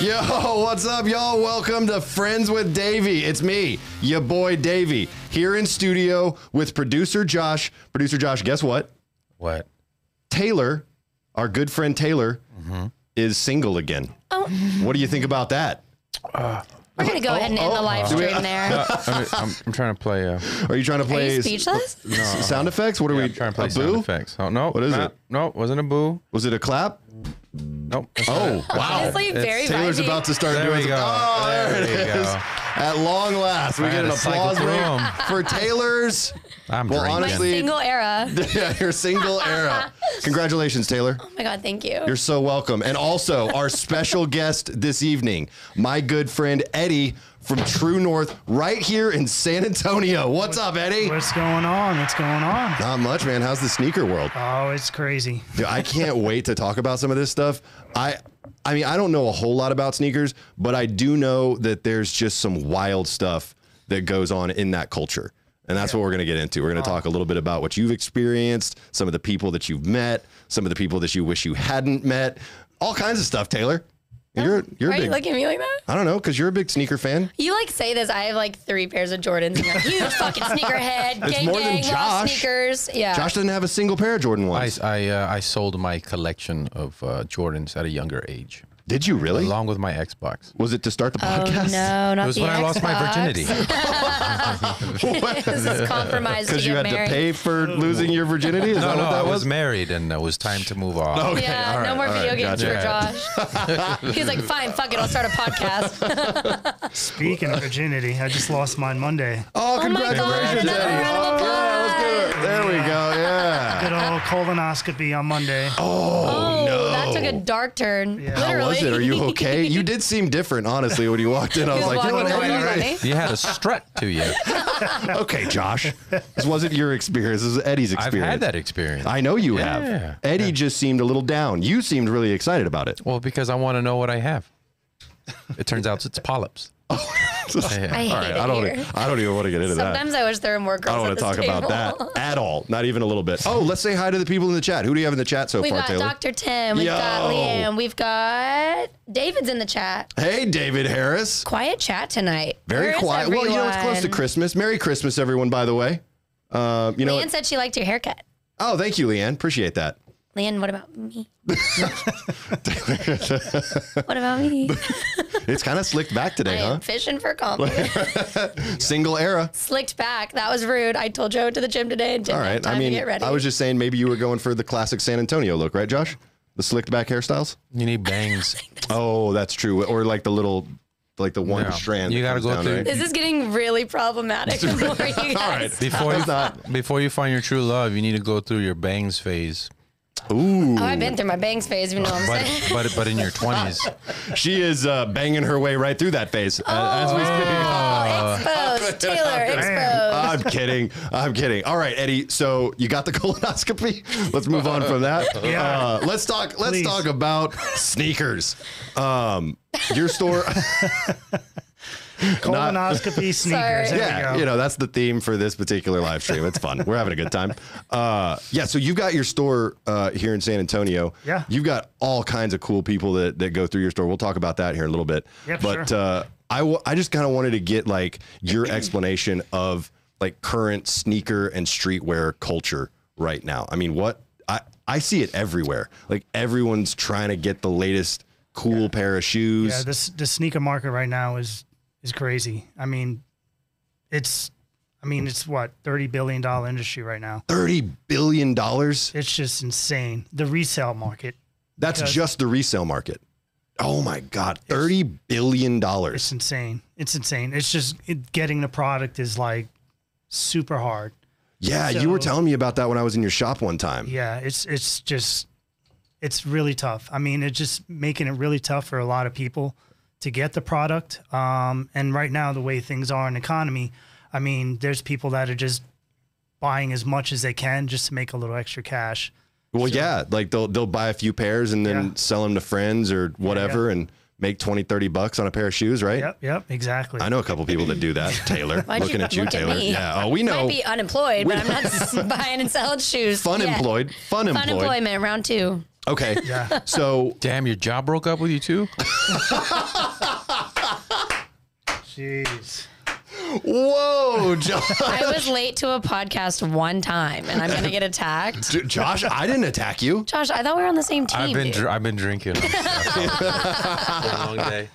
Yo, what's up, y'all? Welcome to Friends with Davey. It's me, your boy Davey, here in studio with producer Josh. Producer Josh, guess what? What? Taylor, our good friend Taylor, Mm-hmm. is single again. Oh. What do you think about that? We're gonna Oh, go ahead and end the live stream there. I'm, I'm, I'm trying to play. Uh, Are you trying to Are play you s- speechless? s- sound effects? What are we I'm trying to play a sound boo? effects. Oh no! What is not- it? No, wasn't a boo. Was it a clap? Nope. Oh, wow. Honestly, very Taylor's vibey. about to start There doing we some- go. Oh, there, There it we is. go. At long last, we I get had an to cycle applause through ring 'em. for Taylor's I'm Well, drinking. My honestly- single era. yeah, your single era. Congratulations, Taylor. Oh my god, thank you. You're so welcome. And also, our special guest this evening, my good friend Eddie from True North, right here in San Antonio. What's up, Eddie? What's going on? What's going on? Not much, man. How's the sneaker world? Oh, it's crazy. Dude, I can't wait to talk about some of this stuff. I I mean, I don't know a whole lot about sneakers, but I do know that there's just some wild stuff that goes on in that culture. And that's what we're going to get into. We're going to talk a little bit about what you've experienced, some of the people that you've met, some of the people that you wish you hadn't met, all kinds of stuff, Taylor. And you're you're Why a are you big looking at me like that? I don't know cuz you're a big sneaker fan. You like say this. I have like three pairs of Jordans. And you're like, huge fucking sneakerhead. gang more than gang. Josh. Love sneakers. Yeah. Josh doesn't have a single pair of Jordan I 1s. I, uh, I sold my collection of uh, Jordans at a younger age, Did you really? along with my Xbox. Was it to start the oh podcast? no, not It was the when I lost my Xbox. virginity. this is compromised to Because you get had married. to pay for losing your virginity? Is no, that no, what I that was married and it was time to move on. Okay, yeah, all right, no more all right, video games gotcha. for Josh. He's like, fine, fuck it, I'll start a podcast. Speaking of virginity, I just lost mine Monday. Oh, my God, congratulations, another Eddie. round of Oh, yeah, let's do it. There we go. Yeah. Good old colonoscopy on Monday. Oh, that took a dark turn. Yeah. Literally. How was it? Are you okay? You did seem different, honestly, when you walked in. I was He was like, you know walking what, away Eddie? already. You had a strut to you. Okay, Josh. This wasn't your experience. This is Eddie's I've experience. had that experience. I know you Yeah. have. Eddie just seemed a little down. You seemed really excited about it. well, because I want to know what I have. It turns out it's polyps. I hate All right, it I here. don't. I don't even want to get into that. Sometimes I wish there were more girls. I don't want to talk table. about that at all. Not even a little bit. Oh, let's say hi to the people in the chat. Who do you have in the chat so We've far, got Taylor? Dr. Tim. We've got Yo. Liam. We've got David's in the chat. Hey, David Harris. Quiet chat tonight. Very Where is quiet. Well, you know, it's close to everyone? Christmas. Merry Christmas, everyone, by the way. Uh, you know, Leanne said she liked your haircut. oh, thank you, Leanne. Appreciate that. Leanne, what about me? what about me? It's kind of slicked back I today, huh? am fishing for compliments. Single era. Slicked back. That was rude. I told Joe to the gym today and didn't All have right. time I to mean, get ready. I was just saying maybe you were going for the classic San Antonio look, right, Josh? The slicked back hairstyles? You need bangs. Oh, that's true. Or like the little, like the one No. strand. You that gotta comes go down, through- right? this is getting really problematic. the more you guys Before you, before you find your true love, you need to go through your bangs phase. Oh, I've been through my bangs phase, you know what I'm saying? But but but in your twenties, She is uh, banging her way right through that phase uh, as Oh. we speak. Oh, exposed. Taylor, exposed. I'm kidding. I'm kidding. All right, Eddie. So you got the colonoscopy. Let's move on from that. Yeah. Uh, let's talk. Let's Please. talk about sneakers. Um, your store. Colonoscopy sneakers. Sorry. There yeah. we You go. know that's the theme for this particular live stream. It's fun. We're having a good time. Uh, yeah. So you've got your store uh, here in San Antonio. Yeah. You've got all kinds of cool people that that go through your store. We'll talk about that here in a little bit. Yep, but sure. uh, I w- I just kind of wanted to get like your explanation of like current sneaker and streetwear culture right now. I mean, what I I see it everywhere. Like everyone's trying to get the latest cool pair of shoes. Yeah, this the sneaker market right now is is crazy. I mean, it's I mean, it's what, thirty billion dollar industry right now. Thirty billion dollars. It's just insane. The resale market. That's Because- just the resale market. Oh my God, thirty billion dollars. It's insane. It's insane. It's just it, getting the product is like super hard. Yeah, you were so- telling me about that when I was in your shop one time. Yeah, it's it's just it's really tough. I mean, it's just making it really tough for a lot of people to get the product. Um, and right now, the way things are in the economy, I mean, there's people that are just buying as much as they can just to make a little extra cash. Well, yeah, like they'll they'll buy a few pairs and then Yeah. sell them to friends or whatever and make 20, 30 bucks on a pair of shoes, right? Yep, yep, exactly. I know a couple people that do that. Taylor, Why'd looking you at you, look at Taylor. me? yeah. Oh, we Might know. be uh, unemployed, but I'm not s- buying and selling shoes. Fun yet. employed. Fun Fun employed. employment, round two. Okay. Yeah. So Damn, your job broke up with you too? Jeez. whoa, Josh. I was late to a podcast one time, and I'm gonna get attacked. Josh, I didn't attack you. Josh, I thought we were on the same team. I've been dude. dr- I've been drinking. long day.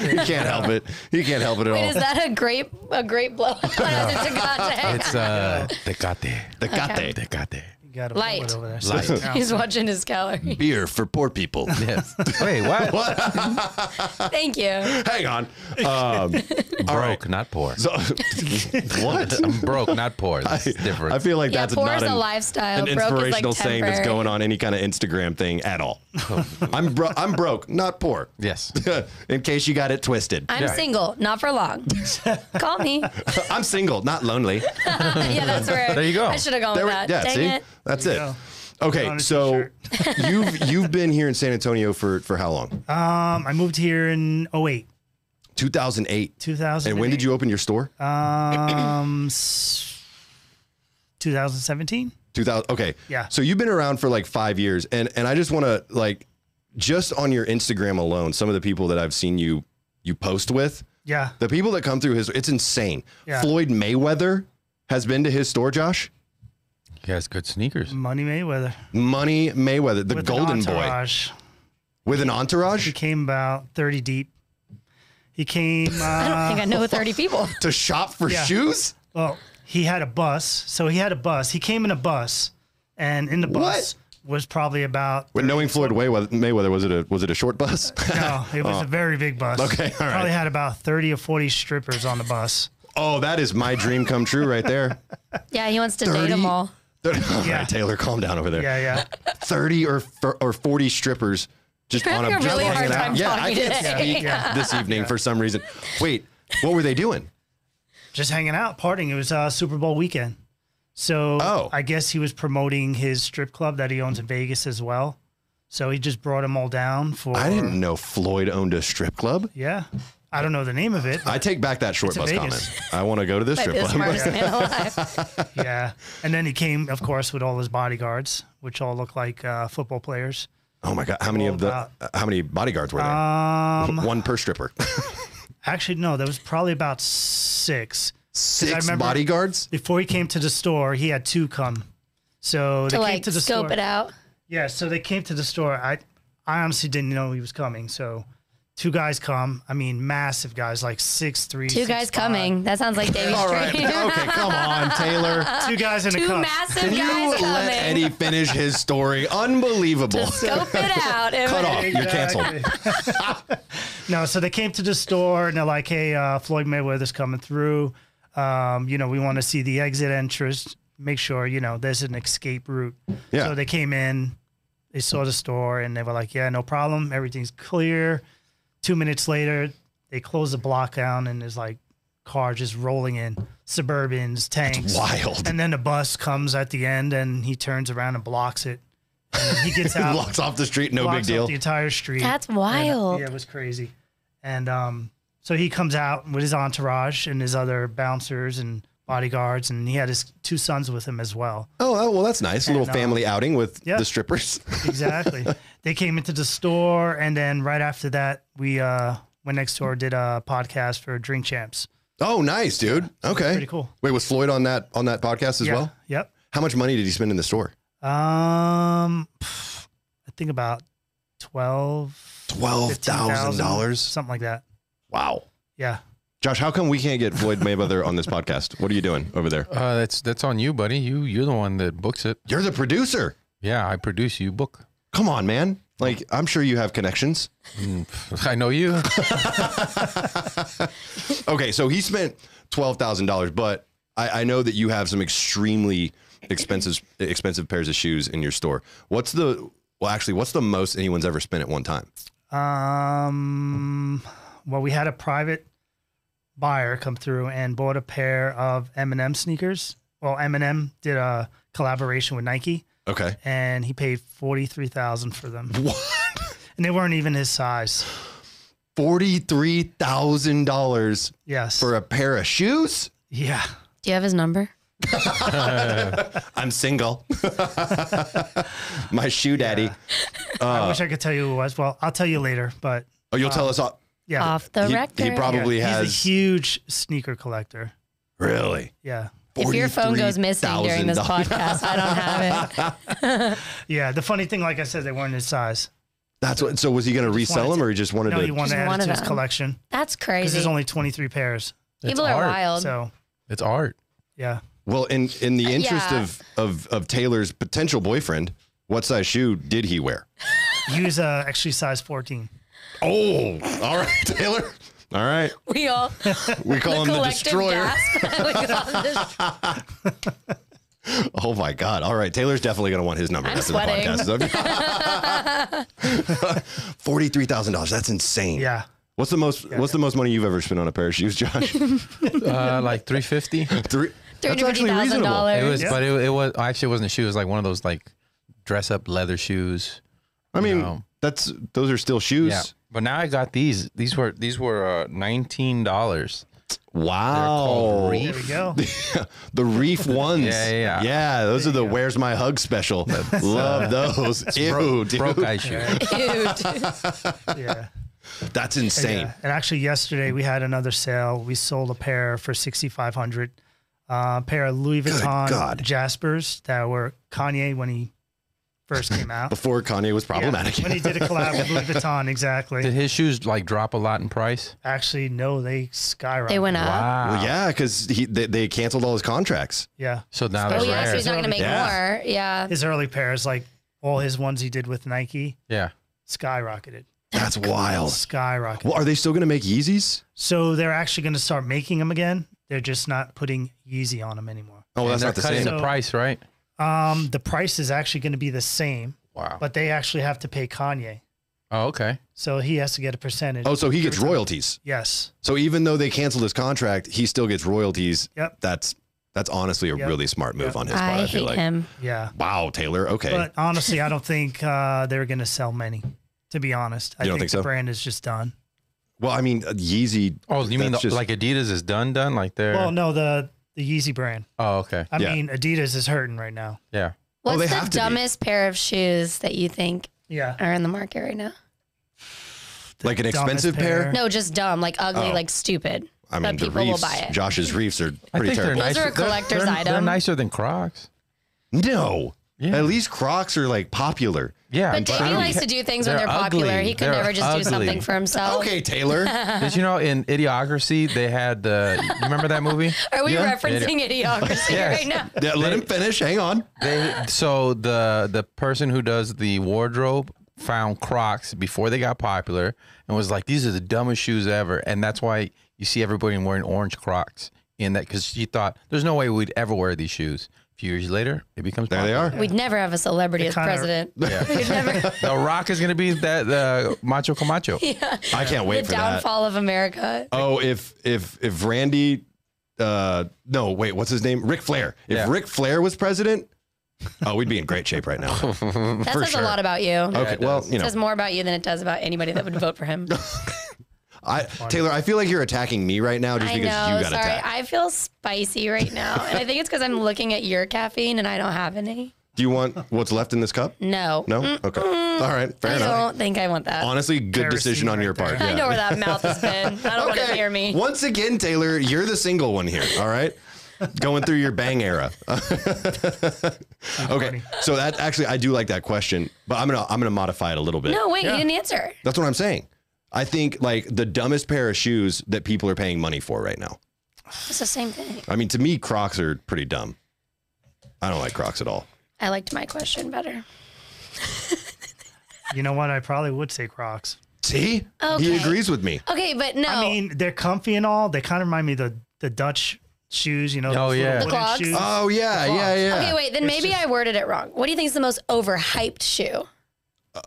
He can't help it. He can't help it at Wait, is all. that a great a great blow? it's a Tecate. It's uh Tecate. Tecate. Tecate. You got a Light. bullet over there. Light. Sit down. He's watching his calories. Beer for poor people. Yes. Wait, what? Thank you. Hang on. Um, Broke, not poor. so, what? I'm broke, not poor. That's different. I feel like Yeah, that's poor not is a an- lifestyle. an Broke is, like, inspirational saying that's temporary. going on any kind of Instagram thing at all. I'm bro- I'm broke, not poor. yes. In case you got it twisted. I'm Yeah. single, not for long. Call me. I'm single, not lonely. Uh, yeah, that's where. There you go. I should have gone There we- with that. yeah, Oh, Dang see? it. That's There it. you go. Put on Okay, a so t-shirt. you've you've been here in San Antonio for for how long? Um, I moved here in 08, 2008. 2000. And when did you open your store? Um, s- 2017. 2000 okay Yeah. so you've been around for like five years and and i just want to like just on your instagram alone some of the people that i've seen you you post with Yeah. the people that come through his it's insane Yeah. floyd mayweather has been to his store josh He has good sneakers. Money Mayweather. money mayweather the with an golden boy entourage. with an He entourage came about 30 deep. He came. I Uh, don't think I know 30 people. to shop for Yeah. shoes well, he had a bus. So he had a bus. He came in a bus, and in the bus was probably about. but knowing floyd mayweather, mayweather was it a was it a short bus No, it was a very big bus. Oh, Okay, all right. Probably had about 30 or 40 strippers on the bus. oh that is my dream come true right there Yeah, he wants to date 30? them all. All right, Yeah. taylor calm down over there Yeah, yeah. 30 or f- or 40 strippers just on a having a just really hanging hard out. time yeah, I talking can't today. speak Yeah. this evening for some reason. Wait, what were they doing? just hanging out, partying. It was uh, Super Bowl weekend. So Oh. I guess he was promoting his strip club that he owns in Vegas as well. So he just brought them all down for. I didn't know Floyd owned a strip club. Yeah. I don't know the name of it. but I take back that short It's in bus Vegas. comment. I want to go to this Might strip be the club. smartest man alive. yeah. And then he came, of course, with all his bodyguards, which all look like uh, football players. Oh my god, how many of the Well, uh, how many bodyguards were there? Um, One per stripper. actually, no, there was probably about six. 'Cause I Six remember bodyguards? Before he came to the store, he had two come. So they to came like to the scope store. it out. Yeah, so they came to the store. I I honestly didn't know he was coming. So two guys come. I mean, massive guys, like six three. Two guys coming. That sounds like Davey's All right. dream. Okay, come on, Taylor. Two guys in a Two cup. Can massive guys you let coming. Eddie finish his story? Unbelievable. scope it out. Cut off. You're canceled. no, so they came to the store and they're like, "Hey, uh, Floyd Mayweather's coming through. Um, you know, we want to see the exit entrance. Make sure you know there's an escape route." Yeah. So they came in, they saw the store, and they were like, "Yeah, no problem. Everything's clear." Two minutes later, they close the block down, and there's like car just rolling in, Suburbans, tanks, Wild. and then the bus comes at the end, and he turns around and blocks it. And he gets out. Locks off the street, no big blocks up deal. The entire street. That's And, uh, wild. yeah, it was crazy. And um, so he comes out with his entourage and his other bouncers and bodyguards, and he had his two sons with him as well. Oh, oh, well, that's nice. A little And, uh, family outing with yeah. the strippers. Exactly. they came into the store, and then right after that, we uh, went next door, did a podcast for Drink Champs. Oh, nice, dude. Okay, pretty cool. Wait, was Floyd on that on that podcast as yeah. well? Yep. How much money did he spend in the store? Um, pff, I think about twelve. Twelve thousand dollars. something like that. Wow, Yeah. Josh, how come we can't get Floyd Mayweather on this podcast? What are you doing over there? Uh, that's that's on you, buddy. You you're the one that books it. You're the producer. Yeah, I produce you book. Come on, man. Like, I'm sure you have connections. Mm, I know you. Okay, so he spent twelve thousand dollars, but I, I know that you have some extremely expensive expensive pairs of shoes in your store. What's the well, actually, what's the most anyone's ever spent at one time? Um, well, we had a private buyer come through and bought a pair of M&M sneakers. Well, M&M did a collaboration with Nike, Okay, and he paid forty three thousand for them. What? And they weren't even his size. forty three thousand dollars Yes. for a pair of shoes. yeah. Do you have his number? I'm single. My shoe daddy. Uh, I wish I could tell you who it was. Well, I'll tell you later, but Oh, you'll tell us all. yeah. Off the he, record. he probably yeah, has He's a huge sneaker collector. really. Yeah. if your phone goes missing during this $43,000. podcast, I don't have it. Yeah. The funny thing, like I said, they weren't his size. That's what. So was he going to resell wanted them, to- or he just wanted No, to? he wanted to Just add one it of to his them. collection That's because crazy. there's only 23 pairs. It's People are art. wild. So It's art. yeah, well, in in the interest Uh, Yeah. of of of Taylor's potential boyfriend, what size shoe did he wear? he was uh, actually size 14. Oh, all right, Taylor. All right, we all we call him the collective destroyer. gasp. We call him the- Oh my God! All right, Taylor's definitely going to want his number I'm after sweating. the podcast. Forty-three thousand dollars. That's insane. Yeah. What's the most What's the most money you've ever spent on a pair of shoes, Josh? Uh, like 350. Three. That's actually reasonable. It $350,000. was, but it, it was actually it wasn't a shoe. It was like one of those like dress up leather shoes. I mean, No. that's those are still shoes. Yeah. But now I got these. These were these were uh, nineteen dollars. Wow. There we go. the reef ones. Yeah, yeah, yeah. those are the Where's My Hug special. uh, Love those. Ew, dude. Broke eye shoe. Dude. Yeah. That's insane. Yeah. And actually, yesterday we had another sale. We sold a pair for 6,500. Uh, pair of Louis Vuitton God. Jaspers that were Kanye when he first came out. Before Kanye was problematic. Yeah, when he did a collab with Louis Vuitton, Did exactly. his shoes like drop a lot in price? Actually, no, they skyrocketed. They went up. Wow. Ah. Well, yeah, because they, they canceled all his contracts. Yeah. So now Oh they're yeah, so rare. he's not gonna make Yeah. more. Yeah. His early pairs, like all his ones he did with Nike, yeah. skyrocketed. That's wild. Skyrocketed. Well, are they still going to make Yeezys? So they're actually going to start making them again. They're just not putting Yeezy on them anymore. Oh, And that's they're not the cutting same. the price, right? Um, the price is actually going to be the same, Wow. but they actually have to pay Kanye. oh, okay. So he has to get a percentage. Oh, so he gets royalties. Yes. So even though they canceled his contract, he still gets royalties. Yep. That's that's honestly a Yep. really smart move Yep. on his part. I, I feel hate like. him. Yeah. Wow, Taylor. Okay. But honestly, I don't think uh, they're going to sell many, to be honest. I You don't think the so? brand is just done. well, I mean, Yeezy. Oh, you mean that's the, just- like Adidas is done, done? Like they're. Well, no, the, the Yeezy brand. oh, okay. I Yeah. mean, Adidas is hurting right now. Yeah. Oh, What's they the have to be. dumbest pair of shoes that you think Yeah. are in the market right now? Like an dumbest expensive pair? pair. No, just dumb, like ugly, Oh. like stupid. I mean, But the people will reefs. buy it. Josh's reefs are pretty terrible. Those are a collector's they're, They're item. nicer than Crocs. No. Yeah. At least Crocs are like popular. Yeah. But Davey true. likes to do things when They're they're popular. ugly. He could They're never just ugly. do something for himself. Okay, Taylor. Did you know in Idiocracy they had the? You remember that movie? Are we Yeah. referencing idiocracy Yes. right now? Yeah, let him finish. Hang on. They so the the person who does the wardrobe found Crocs before they got popular and was like, "These are the dumbest shoes ever," and that's why you see everybody wearing orange Crocs in that because she thought there's no way we'd ever wear these shoes. A few years later, it becomes There they popular. are. We'd never have a celebrity as kinda- president. The Rock is gonna be that uh, Macho Camacho. I can't wait the for that. downfall of America. Oh, if if if Randy uh no, wait, what's his name? Ric Flair. If Yeah. Ric Flair was president, oh, we'd be in great shape right now. That Um, for says sure. a lot about you. Okay, well, you It know, says more about you than it does about anybody that would vote for him. I Taylor, I feel like you're attacking me right now just I because know. you got Sorry, attacked. I feel spicy right now, and I think it's because I'm looking at your caffeine and I don't have any. Do you want what's left in this cup? No, No? Okay. All right, fair I enough. don't think I want that. Honestly, good decision Kerosene on right your there. part. I yeah. know where that mouth has been. I don't want to hear me. Once again, Taylor, you're the single one here. All right. Going through your bang era. okay. So that actually I do like that question, but I'm gonna I'm gonna modify it a little bit. No, wait, you didn't answer. That's what I'm saying. I think like the dumbest pair of shoes that people are paying money for right now. It's the same thing. I mean, to me, Crocs are pretty dumb. I don't like Crocs at all. I liked my question better. You know what? I probably would say Crocs. See? He Okay. agrees with me. Okay, but no. I mean, they're comfy and all. They kind of remind me of the, the Dutch shoes, you know. Oh, those yeah. little The wooden clogs? shoes. Oh yeah, yeah, yeah. okay, wait, then maybe I worded it wrong. What do you think is the most overhyped shoe?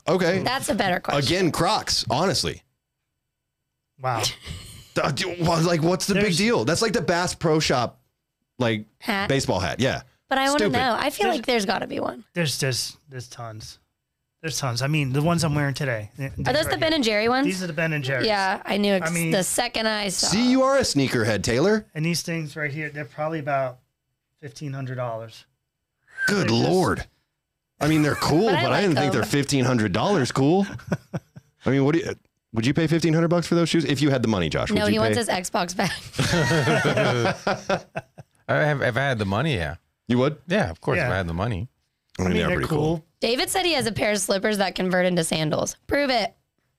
Okay. That's a better question. Again, Crocs, honestly. Wow. Uh, do- well, Like, what's the big There's- deal? That's like the Bass Pro Shop, like Hat. baseball hat. Yeah. but I want to stupid. know. I feel There's- like there's got to be one. There's just there's tons. There's tons. I mean, the ones I'm wearing today. Are Are those the Ben and Jerry ones? These are the Ben and Jerry's. yeah, I knew. Ex- I mean- the second I saw. See, you are a sneakerhead, Taylor. And these things right here, they're probably about fifteen hundred dollars. Good lord. I mean, they're cool, but But I, I like didn't think them. they're fifteen hundred dollars cool. I mean, what do you? Would you pay fifteen hundred bucks for those shoes if you had the money, Josh? No, would he you wants pay? his Xbox back. I have, if I had the money, yeah, You would. yeah, of course, if Yeah. I had the money. I mean, I mean, they're they're pretty cool. cool. David said he has a pair of slippers that convert into sandals. Prove it.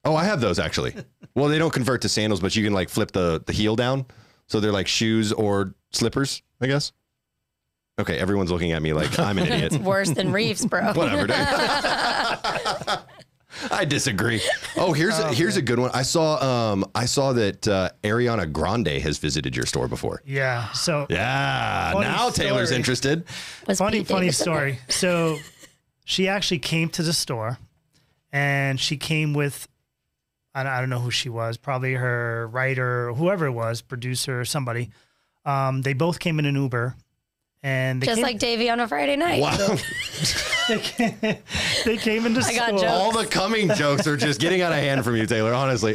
Oh, I have those actually. well, they don't convert to sandals, but you can like flip the the heel down, so they're like shoes or slippers, I guess. Okay, everyone's looking at me like I'm an idiot. It's worse than Reeves, bro. Whatever. Dude. I disagree. Oh, here's a, here's a good one. I saw um I saw that uh, Ariana Grande has visited your store before. Yeah. So Yeah, Funny now Taylor's story. interested. Was funny, Pete funny Davidson- story. So she actually came to the store and she came with, I don't, I don't know who she was, probably her writer, whoever it was, producer or somebody. Um, they both came in an Uber and they Just came, like Davey on a Friday night. Wow, they came, they came into I got store. jokes. all the coming jokes are just getting out of hand from you, Taylor. Honestly,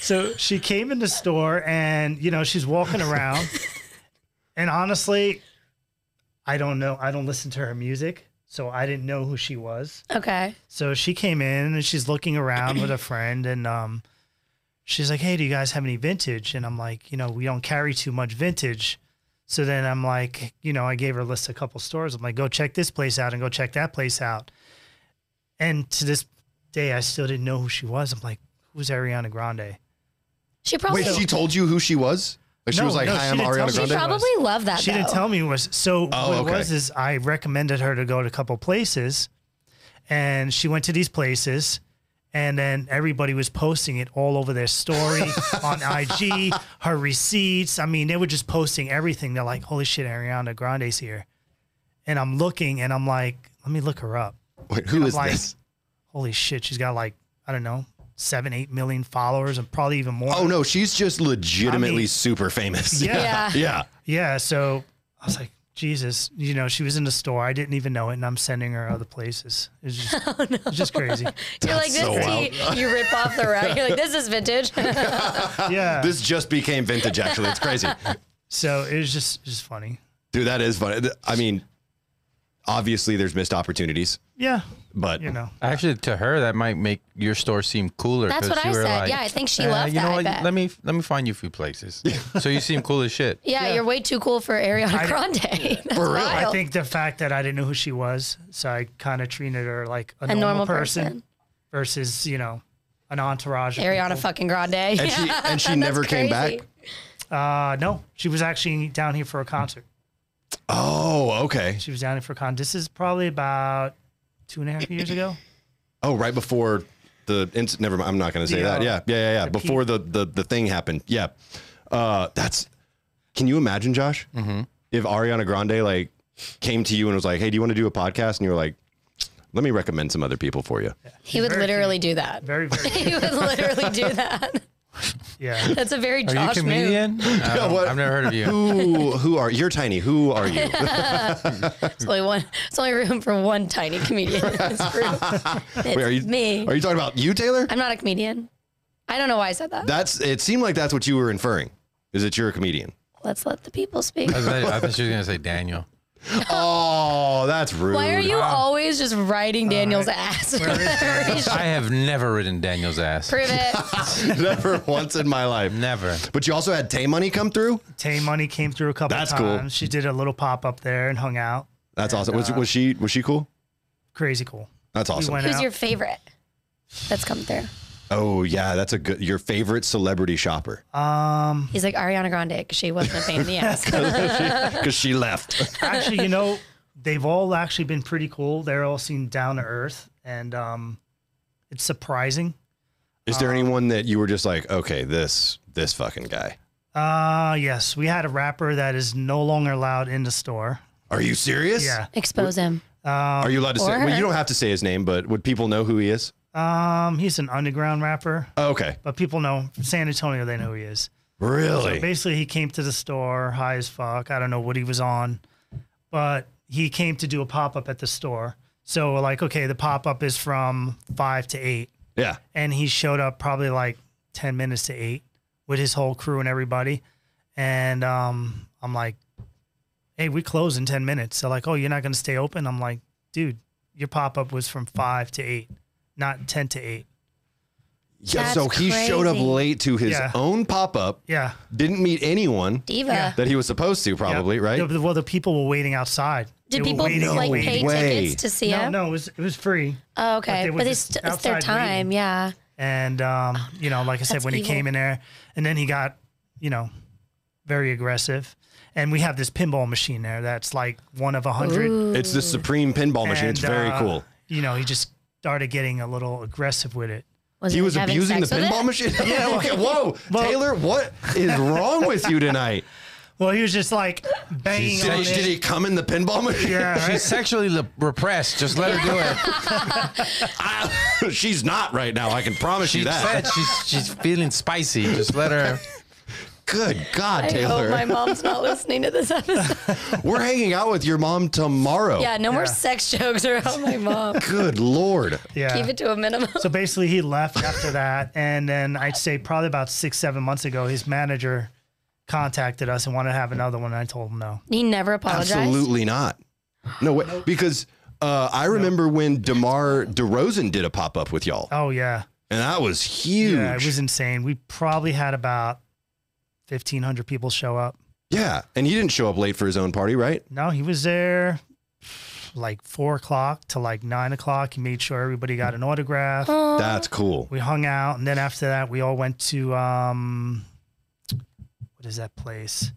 So she came in the store and, you know, she's walking around. and honestly, I don't know. I don't listen to her music. So I didn't know who she was. Okay. So she came in and she's looking around with a friend and um she's like, "Hey, do you guys have any vintage?" And I'm like, "You know, we don't carry too much vintage." So then I'm like, you know, I gave her a list of a couple stores. I'm like, "Go check this place out and go check that place out." And to this day, I still didn't know who she was. I'm like, "Who's Ariana Grande?" She probably wait, she told you who she was? Like she No, was like, no, "Hi, she I'm didn't tell Ariana me. she Grande." Grande probably was. loved that. She didn't though. tell me it was so. Oh, what okay. it was is I recommended her to go to a couple places, and she went to these places, and then everybody was posting it all over their story on IG, her receipts. I mean, they were just posting everything. They're like, "Holy shit, Ariana Grande's here," and I'm looking, and I'm like, "Let me look her up." Wait, who is like- this? Holy shit, she's got like I don't know seven, eight million followers, and probably even more. Oh no, she's just legitimately I mean- super famous. Yeah. Yeah. yeah. Yeah, so I was like, Jesus, you know, she was in the store. I didn't even know it, and I'm sending her other places. It's just, Oh, it's just crazy. You're like, this so tee, you rip off the rack. You're like, this is vintage. Yeah. This just became vintage. Actually, it's crazy, so it was just, just funny. dude. That is funny. Th- I mean, obviously there's missed opportunities, Yeah, but you know. Actually, to her, that might make your store seem cooler. That's 'cause what you I were said. like, Yeah, I think she "Eh, loved You know that, I what? bet." Let me let me find you a few places. so you seem cool as shit. Yeah, you're way too cool for Ariana I- Grande. That's For real. I wild. think the fact that I didn't know who she was, so I kind of treated her like a, a normal, normal person, person. versus, you know, an entourage. of Ariana people. fucking Grande. and she and she never came back. Uh, no, she was actually down here for a concert. Oh, okay. She was down here for a con. This is probably about two and a half years ago. Oh, right before the inc- never mind. I'm not going to say The, that. uh, Yeah, yeah, yeah, yeah. Before the, the the thing happened. Yeah. Uh, that's. Can you imagine, Josh, Mm-hmm. if Ariana Grande like came to you and was like, "Hey, do you want to do a podcast?" And you were like, "Let me recommend some other people for you." He would Very literally do that. Very, very, He would literally do that. yeah. That's a very Are you a Josh move. comedian? I don't- what- I've never heard of you. Who who are you're tiny? Who are you? It's only one. It's only room for one tiny comedian. in this room. It's Wait, are you me. Are you talking about you, Taylor? I'm not a comedian. I don't know why I said that. That's it. Seemed like that's what you were inferring. Is that you're a comedian? Let's let the people speak. I, was like- I thought she was gonna say Daniel. Oh, that's rude. Why are you always just riding Daniel's ass? I have never ridden Daniel's ass. Prove it. Never once in my life. Never. But you also had Tay Money come through. Tay Money came through a couple That's cool. times. She did a little pop up there and hung out. That's awesome. Was, was she was she cool? Crazy cool. That's awesome. went- Who's Now- your favorite? That's come through. oh yeah, that's a good. Your favorite celebrity shopper Um, He's like Ariana Grande because she wasn't a pain in the ass. because she left. actually, you know, they've all actually been pretty cool. They're all seem down to earth, and um, it's surprising. Is there anyone that you were just like, okay, this this fucking guy? Uh, yes, we had a rapper that is no longer allowed in the store. Are you serious? Yeah. Expose him. Are you allowed to say? Or Well, you her. don't have to say his name, but would people know who he is? Um, he's an underground rapper, Oh, okay. but people know from San Antonio. They know who he is. Really? Basically, he came to the store high as fuck. I don't know what he was on, but he came to do a pop up at the store. So we're like, okay, the pop up is from five to eight, yeah. and he showed up probably like ten minutes to eight with his whole crew and everybody. And um, I'm like, hey, we close in 10 minutes. They're like, oh, you're not going to stay open? I'm like, dude, your pop up was from five to eight, not 10 to eight. Yeah, That's so he showed up crazy. late to his Yeah. own pop up, Yeah. didn't meet anyone Diva. Yeah. that he was supposed to, Yeah. probably, right? The- the- well, the people were waiting outside. Did They were people waiting and like away. waiting. pay Way. tickets to see No, him? no, it was it was free. Oh, But okay. they But, were they just st- it's their outside waiting. time. Yeah. And um, you know, like I said, Oh, That's when he evil. came in there, and then he got, you know, very aggressive. And we have this pinball machine there that's like one of a hundred. It's the supreme pinball machine. It's And, very uh, cool. You know, he just started getting a little aggressive with it. Was He it was having abusing the sex with pinball it? machine. Yeah. okay. Whoa, Taylor, what is wrong with you tonight? Well, he was just like banging Did, on he- it. did he come in the pinball machine? yeah, She's sexually le- repressed. Just let her do it. I- Ah, she's not right now. I can promise She you that. said she's she's feeling spicy. Just let her. Good God, I Taylor. hope my mom's not listening to this episode. We're hanging out with your mom tomorrow. Yeah, no more Yeah. sex jokes around my mom. Good Lord. yeah. Keep it to a minimum. So basically, he left after that, and then I'd say probably about six, seven months ago, his manager contacted us and wanted to have another one. And I told him no. He never apologized. Absolutely not. No way. Because uh, I remember when DeMar DeRozan did a pop up with y'all, Oh yeah, and that was huge. yeah, it was insane. We probably had about fifteen hundred people show up. Yeah, and he didn't show up late for his own party, right? No, he was there like four o'clock to like nine o'clock. He made sure everybody got an autograph. Aw. That's cool. We hung out, and then after that, we all went to um, what is that place?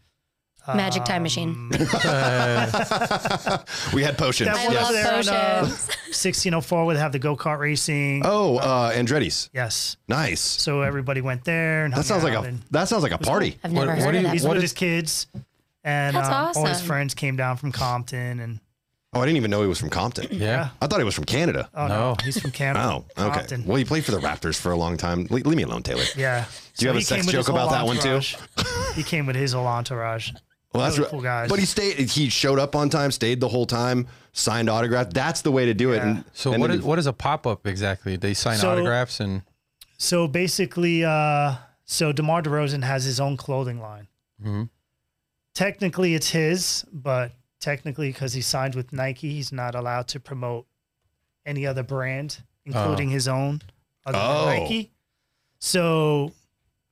Um, Magic Time Machine. Uh, we had potions. That I one yes. love was there on, uh, potions. 1604 would have the go kart racing. Oh, uh, Andretti's. Yes. Nice. So everybody went there. And That sounds like a that sounds like a party. I've What- never what heard do of you- that. He's What with is- his kids, and That's um, all his awesome. friends came down from Compton, and Oh, I didn't even know he was from Compton. yeah. I thought he was from Canada. oh no, No. he's from Canada. Oh, okay. Compton. Well, he played for the Raptors for a long time. Le- leave me alone, Taylor. Yeah. Do you have a sex joke about that one, too? too? he came with his whole entourage. Well, that's Really what- cool guys. But he stayed. He showed up on time, stayed the whole time, signed autograph. That's the way to do it. And So and what then is you- what is a pop up exactly? They sign So- autographs and So basically, uh, so DeMar DeRozan has his own clothing line. Mm-hmm. Mhm. Technically, it's his, but technically, because he signed with Nike, he's not allowed to promote any other brand, including his own, other Oh. than Nike. So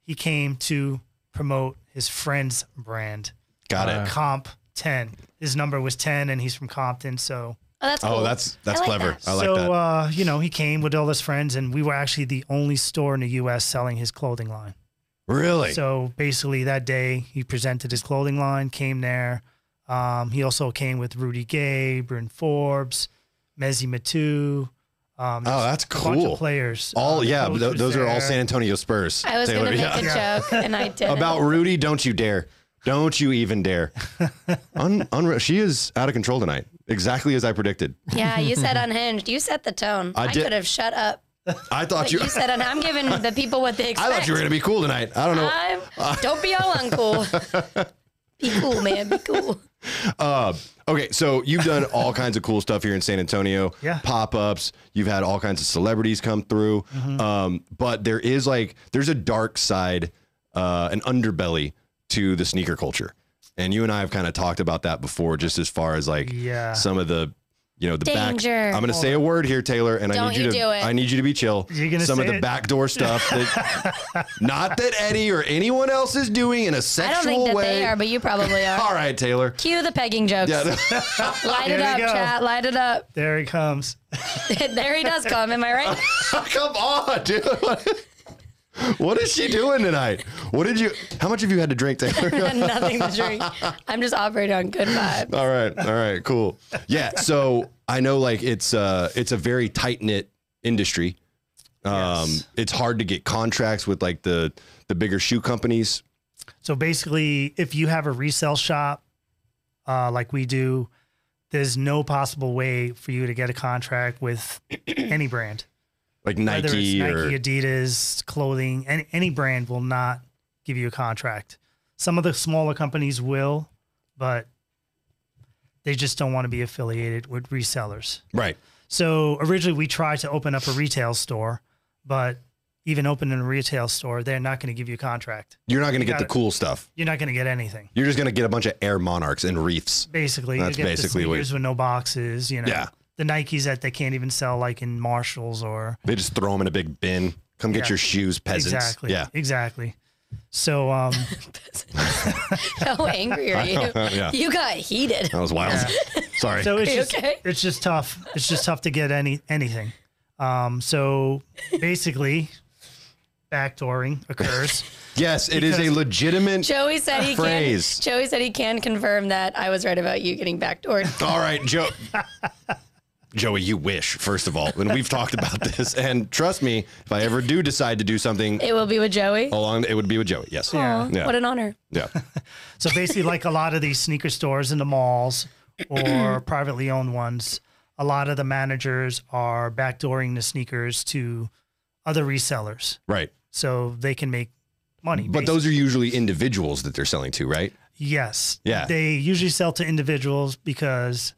he came to promote his friend's brand, got it? Uh, Comp 10. His number was 10, and he's from Compton. So, Oh, that's Oh, cool. that's that's I like clever. Oh. that. I like so that. Uh, you know, he came with all his friends, and we were actually the only store in the U.S. selling his clothing line. really? So basically, that day he presented his clothing line, came there. Um, he also came with Rudy Gay, Bryn Forbes, Mezzi Matu. Um, oh, that's a bunch of cool. players. All Uh, yeah, Coach th- was those are all there. San Antonio Spurs. I was Taylor. gonna make yeah. a joke and I did. About Rudy, don't you dare! Don't you even dare! Un- unre- she is out of control tonight. Exactly as I predicted. yeah, you said unhinged. You set the tone. I I, did- could have shut up. I thought But you. you said un- I'm giving the people what they I expect. thought you were gonna be cool tonight. I don't know. I'm, don't be all uncool. be cool, man. Be cool. Uh, okay, so you've done all kinds of cool stuff here in San Antonio. Yeah. Pop ups. You've had all kinds of celebrities come through. Mm-hmm. Um, but there is like, there's a dark side, uh, an underbelly to the sneaker culture. And you and I have kind of talked about that before, just as far as like Yeah. some of the, you know, the Danger. back. I'm going to say a word here, Taylor, and I Don't need you, you to. do it. I need you to be chill. You're gonna some of say the it? backdoor stuff that, not that Eddie or anyone else is doing in a I sexual don't think that way. they are, but you probably are. All right, Taylor. Cue the pegging jokes. Yeah. Light Here it we up, go. chat. Light it up. There he comes. there he does come. Am I right? Come on, dude. What is she doing tonight? What did you? How much have you had to drink, Taylor? Nothing to drink. I'm just operating on good vibe. all right, all right, cool. Yeah. So I know, like, it's uh, it's a very tight knit industry. Um, Yes. it's hard to get contracts with like the the bigger shoe companies. So basically, if you have a resale shop uh, like we do, there's no possible way for you to get a contract with any brand. Like whether it's Nike, or Nike, Adidas, clothing, any, any brand will not give you a contract. Some of the smaller companies will, but they just don't want to be affiliated with resellers. right. So originally we tried to open up a retail store, but even opening a retail store, they're not going to give you a contract. You're not going to get got the it. cool stuff. You're not going to get anything. You're just going to get a bunch of Air Monarchs and Reefs. Basically, That's you get basically the what- sneakers with no boxes. You know, Yeah. the Nikes that they can't even sell like in Marshalls or They just throw them in a big bin. Come get Yeah. your shoes, peasants. exactly, Yeah. exactly. So, um, How angry are you? yeah. You got heated. That was wild. Sorry. so it's Are you just okay? it's just tough. It's just tough to get any anything. Um, so basically, backdooring occurs. yes, it is a Because- legitimate. Joey said he can. Phrase. Joey said he can confirm that I was right about you getting backdoored. All right, Joe. Joey, you wish, first of all. And we've talked about this. And trust me, if I ever do decide to do something It will be with Joey. along, it would be with Joey. Yes. Aw, Oh, Yeah. What an honor. Yeah. So basically, like a lot of these sneaker stores in the malls or privately owned ones, a lot of the managers are backdooring the sneakers to other resellers Right. so they can make money. But those are usually individuals that they're selling to, right? yes, Yeah. they usually sell to individuals because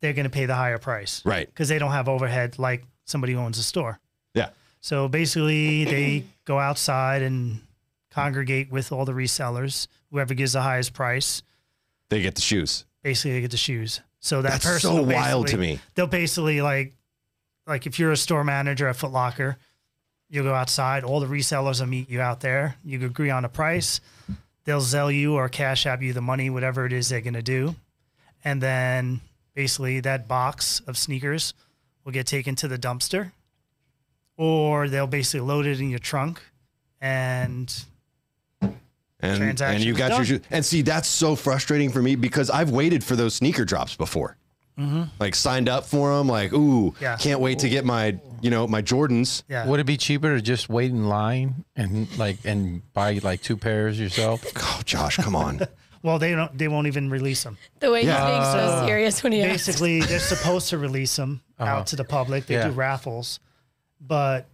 they're going to pay the higher price Right. because they don't have overhead like somebody who owns a store. Yeah. So basically, they go outside and congregate with all the resellers, whoever gives the highest price. They get the shoes. basically they get the shoes. So that That's person so will wild to basically- me. They'll basically like like if you're a store manager at Foot Locker, you'll go outside, all the resellers will meet you out there. You agree on a price, they'll sell you or cash app you the money, whatever it is they're gonna do. And then basically that box of sneakers will get taken to the dumpster. Or they'll basically load it in your trunk and and and Transaction's you got your done. shoes. And see, that's so frustrating for me because I've waited for those sneaker drops before. Like signed up for them. Like, ooh, Mm-hmm. Yeah. can't wait to get my you know my Jordans. yeah. Would it be cheaper to just wait in line and like and buy like two pairs yourself? Oh, Josh, come on. Well they don't they won't even release them. The way Yeah. he's being so serious when he asks. basically they're supposed to release them out to the public. They Yeah. do raffles, but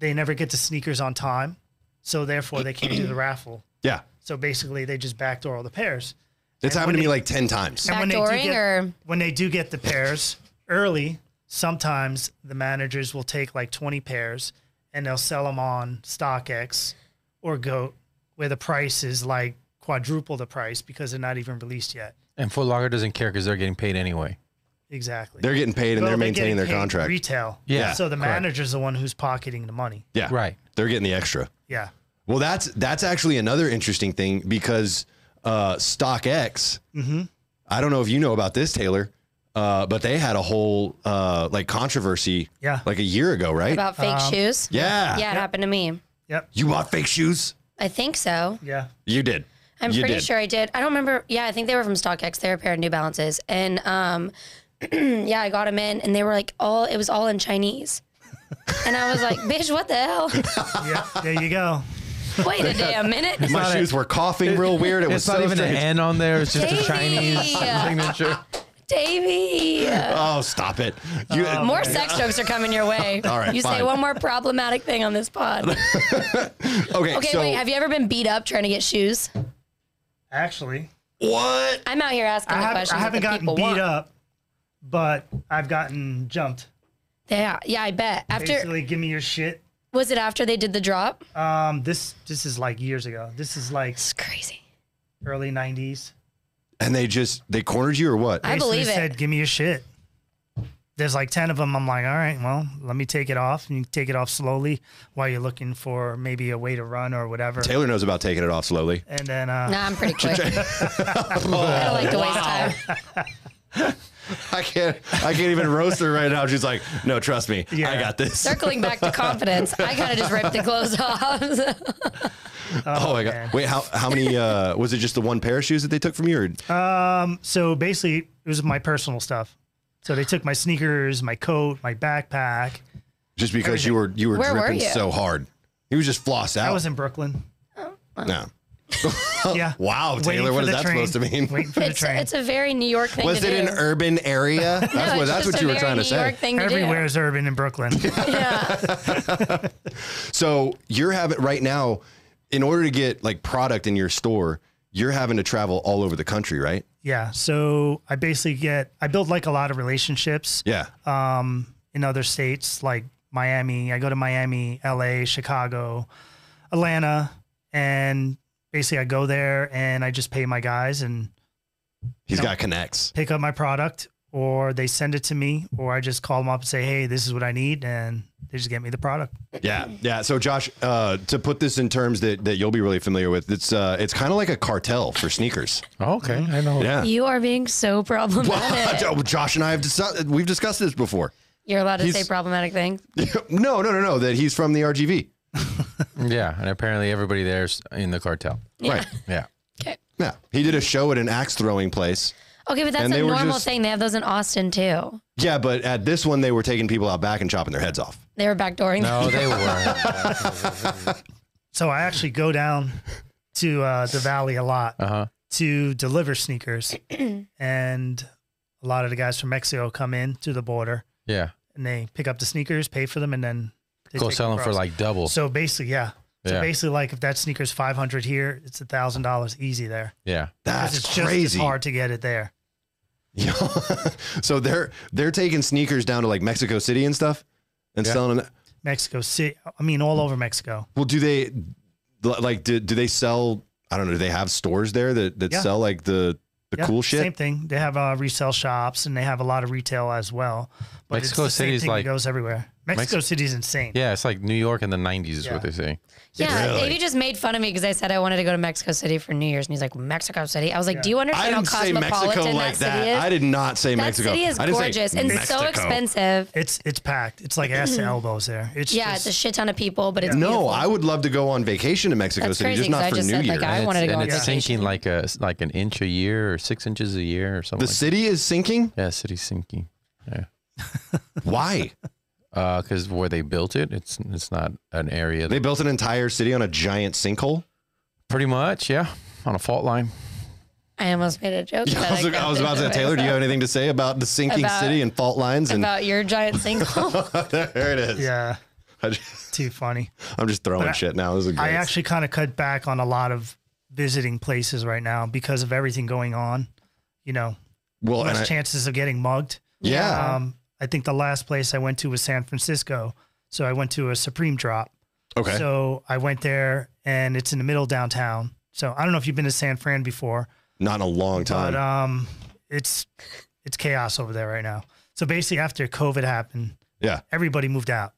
they never get the sneakers on time, so therefore they can't do the raffle. yeah, So basically, they just backdoor all the pairs. it's happened to me like ten times. And when they do Backdooring get- or- when they do get the pairs early, sometimes the managers will take like twenty pairs and they'll sell them on StockX or Goat, where the price is like quadruple the price because they're not even released yet. And Foot Locker doesn't care because they're getting paid anyway. Exactly. They're getting paid and Well, they're maintaining getting their paid contract. Retail. Yeah, So the correct. manager's the one who's pocketing the money. yeah, Right. They're getting the extra. Yeah. Well, that's that's actually another interesting thing because uh, StockX. Mm-hmm. I don't know if you know about this, Taylor, uh, but they had a whole uh, like controversy. Yeah. Like a year ago, right? about fake shoes. yeah. Yeah, it happened to me. Yep. You bought fake shoes? I think so. Yeah. You did. I'm you pretty did. sure I did. I don't remember. Yeah, I think they were from StockX. They were a pair of New Balances, and um, yeah, I got them in, and they were like all it was all in Chinese, and I was like, "Bitch, what the hell? Yeah. There you go. Wait a damn minute." My shoes were coughing real weird. It was It's not so even an strange. N on there. It's just Davey! a Chinese signature. Davey, Oh, stop it. You, Uh, Um, more sex jokes are coming your way. All right, you say fine. one more problematic thing on this pod. okay, Okay, so wait. Have you ever been beat up trying to get shoes? Actually, what? I'm out here asking I, the have, questions I haven't that the people gotten beat want. up, but I've gotten jumped. Yeah, yeah, I bet. After Basically, give me your shit. was it after they did the drop? Um, this this is like years ago. This is like It's crazy. early '90s. And they just they cornered you or what? I Basically believe it. Said, give me your shit. There's like ten of them. I'm like, all right, well, let me take it off, and you take it off slowly while you're looking for maybe a way to run or whatever. Taylor knows about taking it off slowly. And then, uh, Nah, I'm pretty quick. I don't like to waste time. I can't I can't even roast her right now. She's like, "No, trust me. I Yeah. got this." Circling back to confidence, I kind of just ripped the clothes off. Oh, my god. Wait, how how many uh was it just the one pair of shoes that they took from you or so basically it was my personal stuff. So they took my sneakers, my coat, my backpack. just because you were you were Where were dripping you? so hard? He was just floss out. I was in Brooklyn. no. Yeah. Oh, Wow, Waiting Taylor, for what is the that train. supposed to mean? Waiting for It's, the train. it's a very New York thing Was to it do. an urban area? That's No, what it's that's just what a you were very trying to New say. York thing to do. Everywhere is urban in Brooklyn. Yeah. So you're having right now, in order to get like product in your store, you're having to travel all over the country, right? yeah. So I basically get I build like a lot of relationships Yeah. um in other states like Miami. I go to Miami, LA, Chicago, Atlanta, and basically I go there and I just pay my guys and He's No. got connects. pick up my product or they send it to me or I just call them up and say, "Hey, this is what I need." And they just get me the product. Yeah, yeah. So Josh, uh, to put this in terms that, that you'll be really familiar with, it's uh, it's kind of like a cartel for sneakers. okay, I know. Yeah. You are being so problematic. Well, Josh and I have dis- we've discussed this before. You're allowed to He's- say problematic things. no, no, no, no. That he's from the RGV. Yeah, and apparently everybody there's in the cartel. Right. Yeah. Okay. Yeah. He did a show at an axe throwing place. Okay, but that's And a they were normal just- thing. They have those in Austin too. Yeah, but at this one they were taking people out back and chopping their heads off. They were backdooring. No, they were. So I actually go down to uh, the valley a lot Uh-huh. to deliver sneakers, and a lot of the guys from Mexico come in to the border Yeah. and they pick up the sneakers, pay for them, and then they Go take sell them for across. like double. So basically, yeah. So Yeah. basically, like if that sneaker's five hundred here, it's a thousand dollars easy there. yeah. 'Cause That's it's just crazy. as hard to get it there. Yeah. so they're they're taking sneakers down to like Mexico City and stuff and Yeah. selling them. Mexico City, I mean, all over Mexico. Well, do they like do, do they sell? I don't know. Do they have stores there that that Yeah. sell like the the Yeah, cool shit? Same thing. They have uh, resale shops and they have a lot of retail as well. But Mexico it's the same City's thing that like- goes everywhere. Mexico City's insane. Yeah, it's like New York in the 90s is Yeah. what they say. yeah, Really? Davey just made fun of me because I said I wanted to go to Mexico City for New Year's, and he's like, "Mexico City." I was like, "Do you I understand how didn't say cosmopolitan Mexico that, like city that. is? I did not say that Mexico. city is I didn't say gorgeous and so Mexico. expensive. It's it's packed. It's like ass to elbows there. It's Yeah, just, it's a shit ton of people, but it's No, beautiful. I would love to go on vacation to Mexico That's City, crazy just 'cause not I for just New said, Year. like, I and wanted to it's, go and on it's vacation. sinking like a like an inch a year or six inches a year or something. the city is sinking. like that. yeah, city's sinking. Yeah, Why? because uh, where they built it, it's it's not an area. They That, built an entire city on a giant sinkhole. pretty much, yeah, on a fault line. I almost made a joke. Yeah, I that was, I was about to say, Taylor, do you have anything to say about the sinking About- city and fault lines? And about your giant sinkhole? there it is. yeah, I just, too funny. I'm just throwing But I- shit now. This is great. I actually kind of cut back on a lot of visiting places right now because of everything going on. You know, well, and less I- chances of getting mugged. yeah. Um, I think the last place I went to was San Francisco. So I went to a Supreme drop. Okay. So I went there and it's in the middle of downtown. So I don't know if you've been to San Fran before, not in a long time. but um, it's it's chaos over there right now. So basically, after COVID happened, yeah. everybody moved out.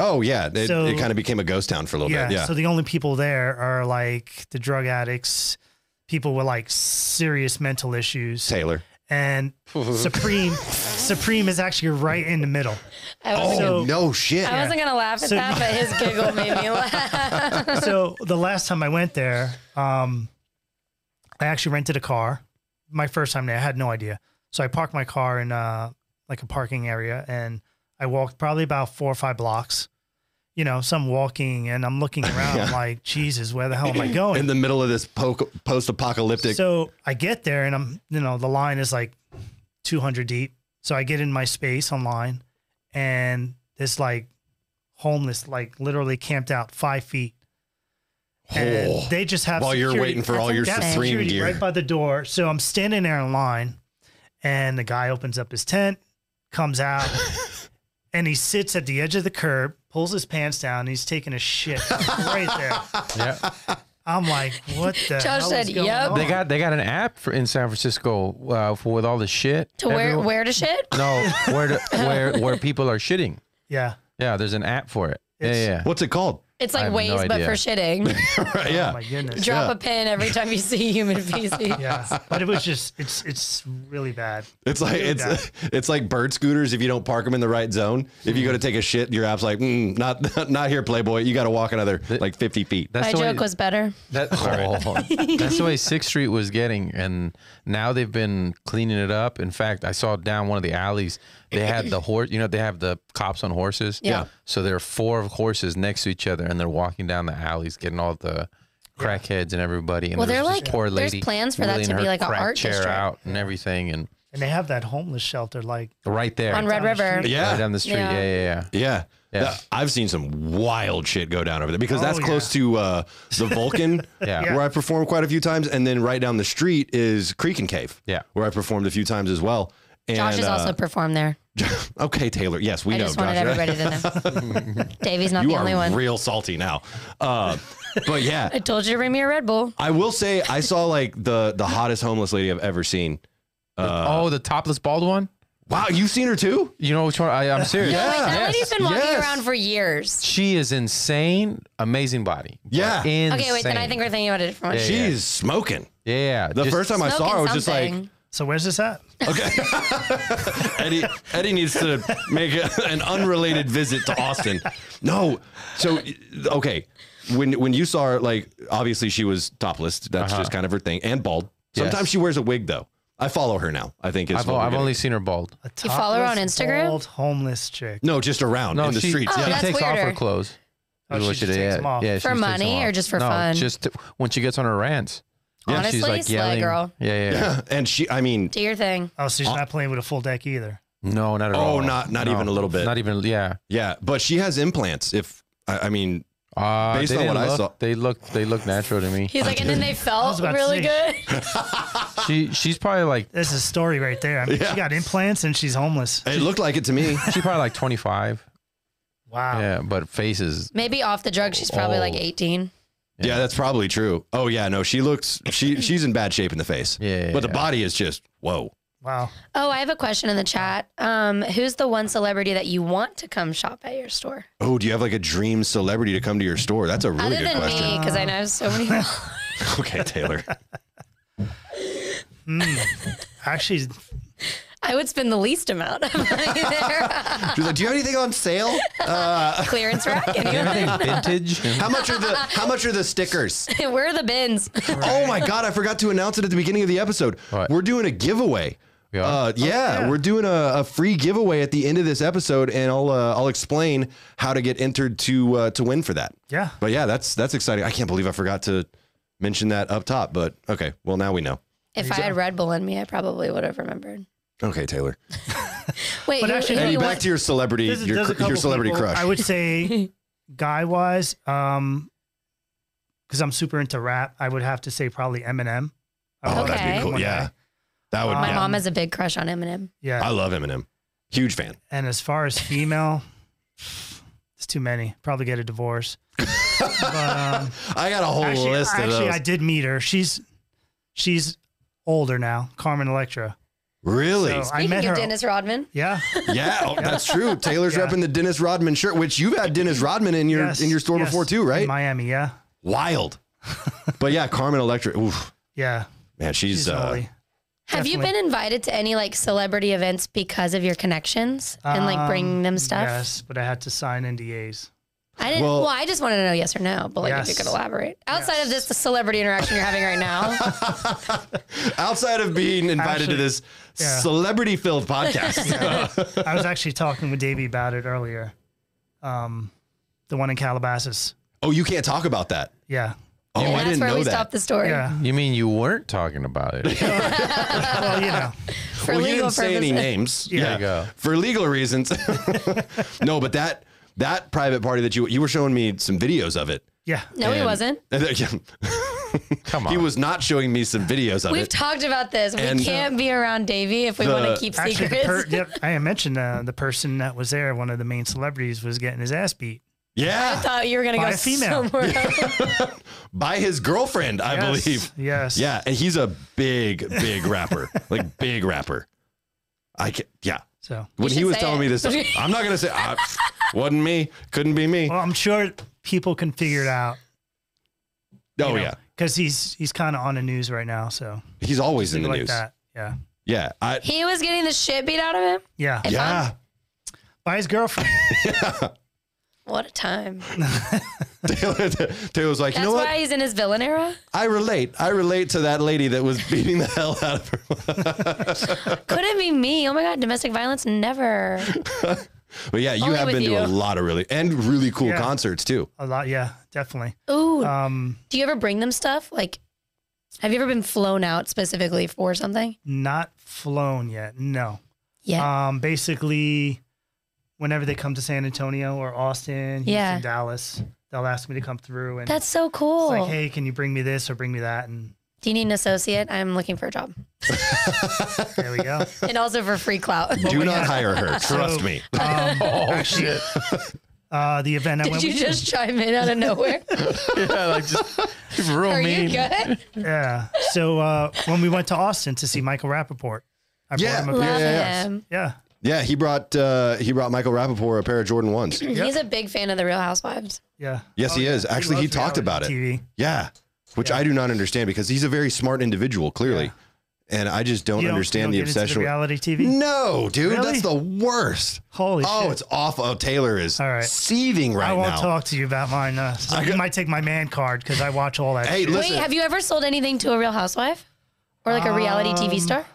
Oh, yeah. It, so- it kind of became a ghost town for a little Yeah, bit. Yeah. So the only people there are like the drug addicts, people with like serious mental issues, Taylor. and Supreme Supreme is actually right in the middle. I, Oh, was, So- no shit. I wasn't gonna laugh at So- that, but his giggle made me laugh. so the last time I went there, um, I actually rented a car. My first time there, I had no idea. So I parked my car in uh, like a parking area, and I walked probably about four or five blocks. You know, so I'm walking and I'm looking around I'm like, Jesus, where the hell am I going? in the middle of this po- post apocalyptic. So I get there and I'm, you know, the line is like 200 deep. So I get in my space online and this like homeless, like literally camped out five feet. And Oh. they just have While you're security- waiting for all they your have Supreme security gear. right by the door. So I'm standing there in line and the guy opens up his tent, comes out. And he sits at the edge of the curb, pulls his pants down, and he's taking a shit right there. Yeah, I'm like, what the Josh hell said, is going "Yup." on? they got they got an app for, in San Francisco uh, for with all the shit. to where everyone- where to shit? No, where to, where where people are shitting. yeah. Yeah, there's an app for it. Yeah, It's- yeah. What's it called? It's I like have ways, no but idea. for shitting. right. Oh Yeah. my goodness. Drop Yeah. a pin every time you see human feces. Yeah, but it was just it's it's really bad. It's like Really bad. it's it's like bird scooters. If you don't park them in the right zone, if you go to take a shit, your app's like, mm, not not here, Playboy. You got to walk another like fifty feet. That's My the way- joke was better. That, oh, that's the way Sixth Street was getting, and now they've been cleaning it up. In fact, I saw down one of the alleys they had the horse. You know, they have the cops on horses. Yeah. So there are four horses next to each other, and they're walking down the alleys, getting all the crackheads and everybody. And Well, there's they're this like- poor there's lady plans for that wheeling to be her like a crack art chair district. out and everything, and And they have that homeless shelter like right there On Red down the River. street. right Yeah, down the street. Yeah. Yeah, yeah, yeah. yeah. Yeah. That- I've seen some wild shit go down over there because that's Oh, close to uh, the Vulcan, Yeah. where I performed quite a few times, and then right down the street is Creek and Cave, Yeah. where I performed a few times as well. And, Josh has uh, also performed there. okay, Taylor. Yes, we I know. just wanted Josh. everybody to know. Davey's not you the only are one. real salty now. Uh, but yeah, I told you to bring me a Red Bull. I will say I saw like the the hottest homeless lady I've ever seen. oh, the topless bald one. Wow, you've seen her too? You know which one? I, I'm serious. No, wait, that Yes. lady's been walking Yes. around for years. She is insane. Amazing body. But Yeah. Insane. Okay, wait, then I think we're thinking about a different one. She's smoking. Yeah. The just- first time I saw her, I was just like, Smoking So where's this at? Eddie, Eddie needs to make a, an unrelated visit to Austin. No, so okay, when when you saw her, like obviously she was topless. That's just kind of her thing, and bald. Sometimes Uh-huh. Yes. she wears a wig though. I follow her now. I think is I've, what we're I've getting- only seen her bald. A You follow her on topless, Instagram? bald, homeless chick. no, just around No, in the she, streets. she Oh, yeah. that's takes off her weirder. clothes. Oh, Is she what just takes did. them off. Yeah, she For just takes them money off. or just for No, fun? Just to- when she gets on her rants. Honestly, she's like slut yelling. girl. Yeah, yeah. And she, I mean, Do your thing. Oh, so she's not playing with a full deck either. No, not at all. oh, not not even a little bit. Not even. Yeah. yeah, but she has implants. If I, I mean, Uh, Based they on what didn't I look- saw- they look they look natural to me. He's like, and then they felt about to really good. say. She she's probably like This is a story right there. I mean, Yeah. she got implants and she's homeless. it looked like it to me. she's probably like 25. Wow. Yeah, but faces. Maybe off the drug, she's probably like Oh. 18. Yeah, that's probably true. Oh yeah, no, she looks she she's in bad shape in the face. Yeah, yeah, but the yeah. body is just whoa. Wow. Oh, I have a question in the chat. Um, who's the one celebrity that you want to come shop at your store? Oh, do you have like a dream celebrity to come to your store? That's a really good Other than question. me, because I know so many. Okay, Taylor. Actually, I would spend the least amount of money there. She's like, do you have anything on sale? Clearance rack. Anyway. Everything vintage. How much are the How much are the stickers? Where are the bins? Oh my God, I forgot to announce it at the beginning of the episode. What? We're doing a giveaway. We are? Uh, yeah, we're doing a, a free giveaway at the end of this episode, and I'll uh, I'll explain how to get entered to uh, to win for that. Yeah. but yeah, that's that's exciting. I can't believe I forgot to mention that up top, but okay, well now we know. If I had Red Bull in me, I probably would have remembered. Okay, Taylor. Wait, But who, actually- who Hey, Eddie, you back want- to your celebrity, there's, your, there's a cr- your couple celebrity people, crush. I would say, guy wise, um, because I'm super into rap, I would have to say probably Eminem. I oh, would that'd Okay. be cool. one Yeah, guy. that would. Um, My yeah. mom has a big crush on Eminem. Yeah. I love Eminem. Huge fan. And as far as female, it's too many. Probably get a divorce. but, um, I got a whole actually, list of actually those. I did meet her. She's she's older now. Carmen Electra. really? So I Speaking met of her. Dennis Rodman, Yeah. yeah, oh, that's true. Taylor's Yeah. repping the Dennis Rodman shirt, which you've had Dennis Rodman in your yes, in your store yes, before too, right? In Miami. Yeah. Wild. but yeah, Carmen Electra. Oof, Yeah. man, she's, She's uh, holy. have you been Definitely. invited to any like celebrity events because of your connections and like bringing them Um, stuff? Yes, but I had to sign NDAs. I didn't. Well- Well, I just wanted to know yes or no, but like if Yes. you could elaborate outside of this, the celebrity interaction you're having right now. outside of being invited to Actually, this yeah. celebrity filled podcast. I was actually talking with Davey about it earlier. Um, the one in Calabasas. Oh, you can't talk about that. Yeah. Oh, and I that's didn't where know we that. stopped the story Yeah. You mean you weren't talking about it? Well, you know. for well, you legal didn't say any purposes. names. Yeah. There you go. For legal reasons. no, but that that private party that you you were showing me some videos of it. Yeah. No, he And- wasn't. Come on. he was not showing me some videos of We've it. talked about this. We And- can't be around Davey if we The- want to keep Actually, the secrets. per- yep, I had mentioned uh, the person that was there, one of the main celebrities, was getting his ass beat. yeah, Thought you were gonna By go a female. somewhere else. by his girlfriend, I Yes, believe. Yes. Yeah, and he's a big, big rapper, like big rapper. I can, yeah. So, When he should was say telling it. me this, I'm not gonna say I, wasn't me, couldn't be me. well, I'm sure people can figure it out. oh yeah, Because he's he's kind of on the news right now. So he's always in the like news. that. Yeah. Yeah, I, He was getting the shit beat out of him. Yeah. If yeah. By his girlfriend. I'm, what a time. Taylor, Taylor was like, you That's know what? why he's in his villain era. I relate. I relate to that lady that was beating the hell out of her. Couldn't be me. Oh my god, domestic violence never. But yeah, you Only have with been to a you. lot of really and really cool Yeah. concerts too. A lot. Yeah. Definitely. Ooh, Um, do you ever bring them stuff? Like, have you ever been flown out specifically for something? not flown yet. No. Yeah. Um, basically, whenever they come to San Antonio or Austin, Houston, Yeah. Dallas, they'll ask me to come through and That's so cool. it's like, hey, can you bring me this or bring me that? And Do you need an associate? I'm looking for a job. There we go. and also for free clout. Oh Do not hire her. Trust So- me. Oh shit! Um, Uh, the event I Did went you with just chime in out of nowhere? yeah, like just real Are mean. you good? Yeah. So uh, when we went to Austin to see Michael Rappaport, I Yeah. brought him a pair. Love yeah. him. Yeah. Yeah, he brought uh, he brought Michael Rappaport a pair of Jordan ones. He's a big fan of the Real Housewives. Yeah. Yes, he is. Actually, he loves talked about it. reality TV. Yeah, which I do not understand because he's a very smart individual, clearly, and I just don't, You don't- understand you the don't get into obsession. with- reality TV. no, dude, Really? that's the worst. Holy oh, shit. it's awful. Oh, Taylor is All right. seething right I won't now. talk to you about mine. Uh, so I you got- might take my man card because I watch all that. Hey, shit. listen. Wait, have you ever sold anything to a Real Housewife or like a reality TV Um, star?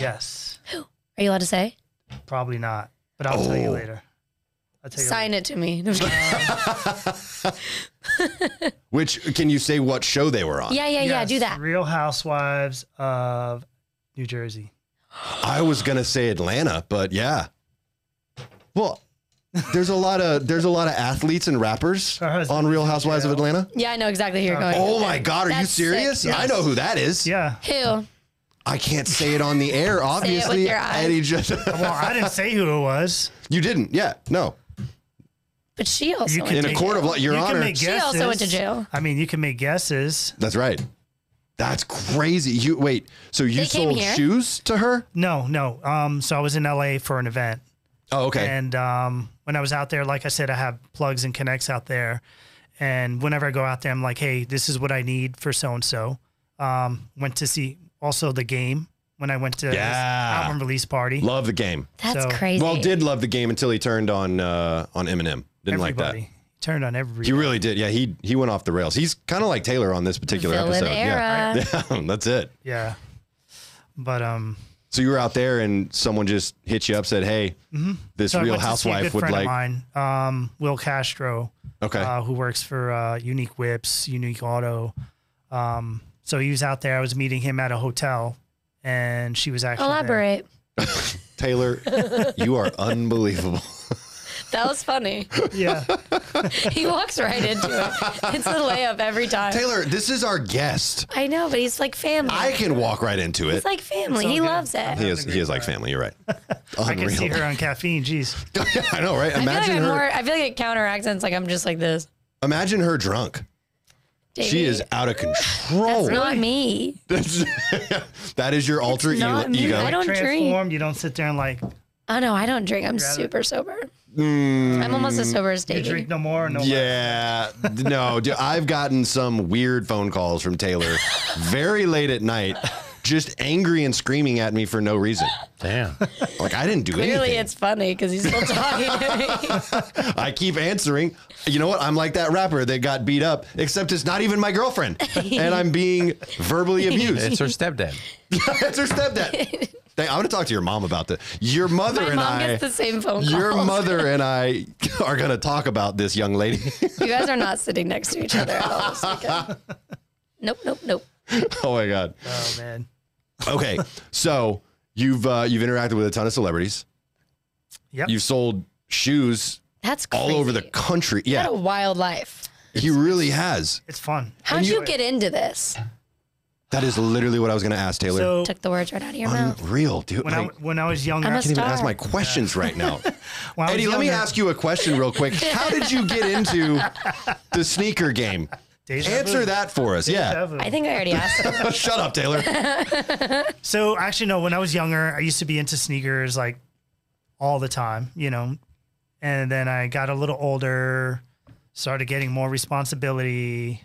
Yes. Are you allowed to say? Probably not. But I'll tell you Oh. later. I'll tell you Sign it to me. yeah, which can you say what show they were on? yeah, yeah. later. Do Yes, that. Real Housewives of New Jersey. I was gonna say Atlanta, but yeah. Well, there's a lot of there's a lot of athletes and rappers Her husband on Real Housewives of Atlanta. Yeah, I know exactly who you're going. Oh my God, are That's you serious? sick. I know who that is. Yeah. Who? I can't say it on the air, obviously. your eyes. And he just Well, I didn't say who it was. you didn't. Yeah, no. But she also. You went can In to a make- court of law, Your you Honor. Can make She guesses. also went to jail. I mean, you can make guesses. That's right. That's crazy. You wait. So you They came sold here? shoes to her? No, no. Um, so I was in LA for an event, Oh, okay. and um, when I was out there, like I said, I have plugs and connects out there, and whenever I go out there, I'm like, hey, this is what I need for so and so. Um, went to see also the game when I went to his Yeah. album release party. love the game. That's So- crazy. Well, did love the game until he turned on uh, on Eminem. Didn't everybody like turned on that. He every. really did. Yeah, he he went off the rails. He's kind of like Taylor on this particular Villain episode. Yeah. era. yeah, that's it. Yeah, but um, So you were out there and someone just hit you up, said, "Hey, Mm-hmm. this so I Real went to see a Housewife good would friend like." of mine, um, Will Castro. Okay. uh, who works for uh, Unique Whips, Unique Auto. Um, so he was out there. I was meeting him at a hotel, and she was actually there. Elaborate. Taylor, you are unbelievable. That was funny. Yeah, he walks right into it. It's a layup every time. Taylor, this is our guest. I know, but he's like family. I can walk right into it. He's like family. all He good. loves it. He is he is like family. You're right. I can see her Unreal. on caffeine. Jeez, I know, right? I feel like Imagine I'm her. more. I feel like it counteracts. and It's like I'm just like this. Imagine her drunk. She Davey, is Oh. out of control. That's not me. That's- that is your alter e- not me. I ego. don't drink. transformed. You don't sit there and like Oh no, I don't drink. I'm super sober. Mm. I'm almost as sober as you Davey. drink no more. No, less. Yeah, no, dude, I've gotten some weird phone calls from Taylor very late at night, just angry and screaming at me for no reason. Damn. Like I didn't do Clearly, anything. it's funny because he's still talking to me. I keep answering. You know what? I'm like that rapper that got beat up, except it's not even my girlfriend, and I'm being verbally abused. It's her stepdad. That's her stepdad. Dang, I'm gonna talk to your mom about this. Your mother My and mom I. gets the same phone calls. Your mother and I are gonna talk about this young lady. You guys are not sitting next to each other at all this weekend. Nope, nope, nope. oh my god. Oh man. Okay, so you've uh, you've interacted with a ton of celebrities. Yep. You've sold shoes That's crazy. all over the country. What a Yeah, wild life. he really has. it's fun. How'd you, get into this? That is literally what I was gonna ask Taylor. So Took the words right out of your mouth. Unreal, dude. when I Like, when I was younger, I'm a I can't even ask star. my questions right now. when I was Eddie, let me younger- ask you a question real quick. How did you get into the sneaker game? Deja vu. Answer that for us. Deja Yeah. vu. I think I already asked. him. Shut up, Taylor. So actually, no. When I was younger, I used to be into sneakers like all the time, you know. And then I got a little older, started getting more responsibility,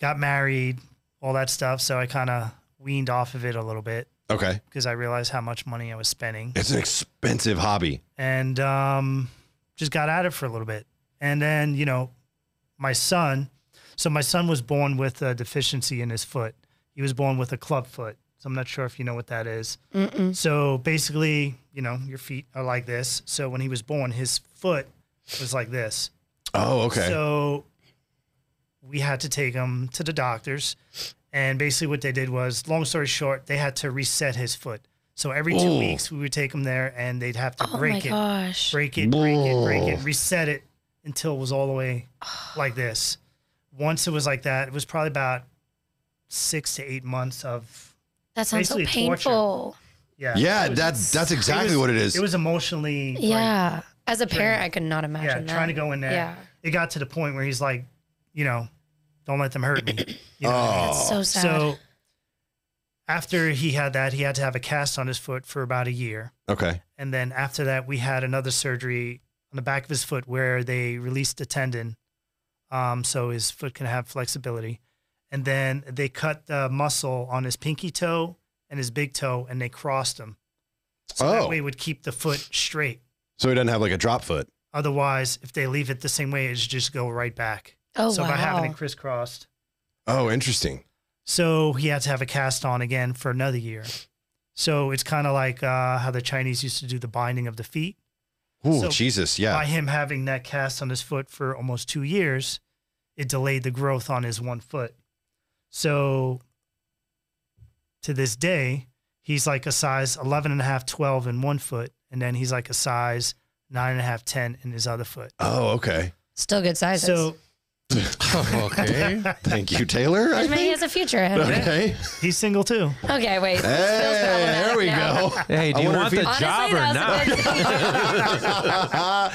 got married, all that stuff. So I kind of weaned off of it a little bit Okay. because I realized how much money I was spending, It's an expensive hobby. and um, just got at it for a little bit. And then you know, my son. So my son was born with a deficiency in his foot. He was born with a club foot. So I'm not sure if you know what that is. Mm-mm. So basically, you know, your feet are like this. So when he was born, his foot was like this. Oh, okay. So we had to take him to the doctors. And basically, what they did was, long story short, they had to reset his foot. So every two Ooh. weeks, we would take him there and they'd have to Oh my break it, gosh. break it, break it, break Whoa. it, reset it until it was all the way like this. Once it was like that, it was probably about six to eight months of That sounds so Basically torture. painful. yeah. Yeah, It was- that's that's it exactly was- what it is. It was emotionally like, Yeah. As a parent, I could not imagine yeah, that. trying to go in there. Yeah. It got to the point where he's like, you know, don't let them hurt me. You know what I mean? Oh. So sad. So after he had that, he had to have a cast on his foot for about a year. Okay. And then after that, we had another surgery on the back of his foot where they released a tendon. Um, so his foot can have flexibility. And then they cut the muscle on his pinky toe and his big toe and they crossed them. So Oh. that way it would keep the foot straight. So he doesn't have like a drop foot. Otherwise, if they leave it the same way, it's just go right back. oh, so wow. by having it crisscrossed, Oh, interesting. so he had to have a cast on again for another year. So it's kind of like uh, how the Chinese used to do the binding of the feet. Oh, So Jesus. Yeah. By him having that cast on his foot for almost two years, it delayed the growth on his one foot. So to this day, he's like a size 11 and a half, 12 in one foot. And then he's like a size nine and a half, 10 in his other foot. oh, okay. Still good sizes. So okay. Thank you, Taylor. I Which maybe he think. has a future ahead. of him. Okay. he's single too. Okay, wait. This feels Hey, there problematic we now. go. hey, do I you wonder want if the he- Honestly, job or that not? was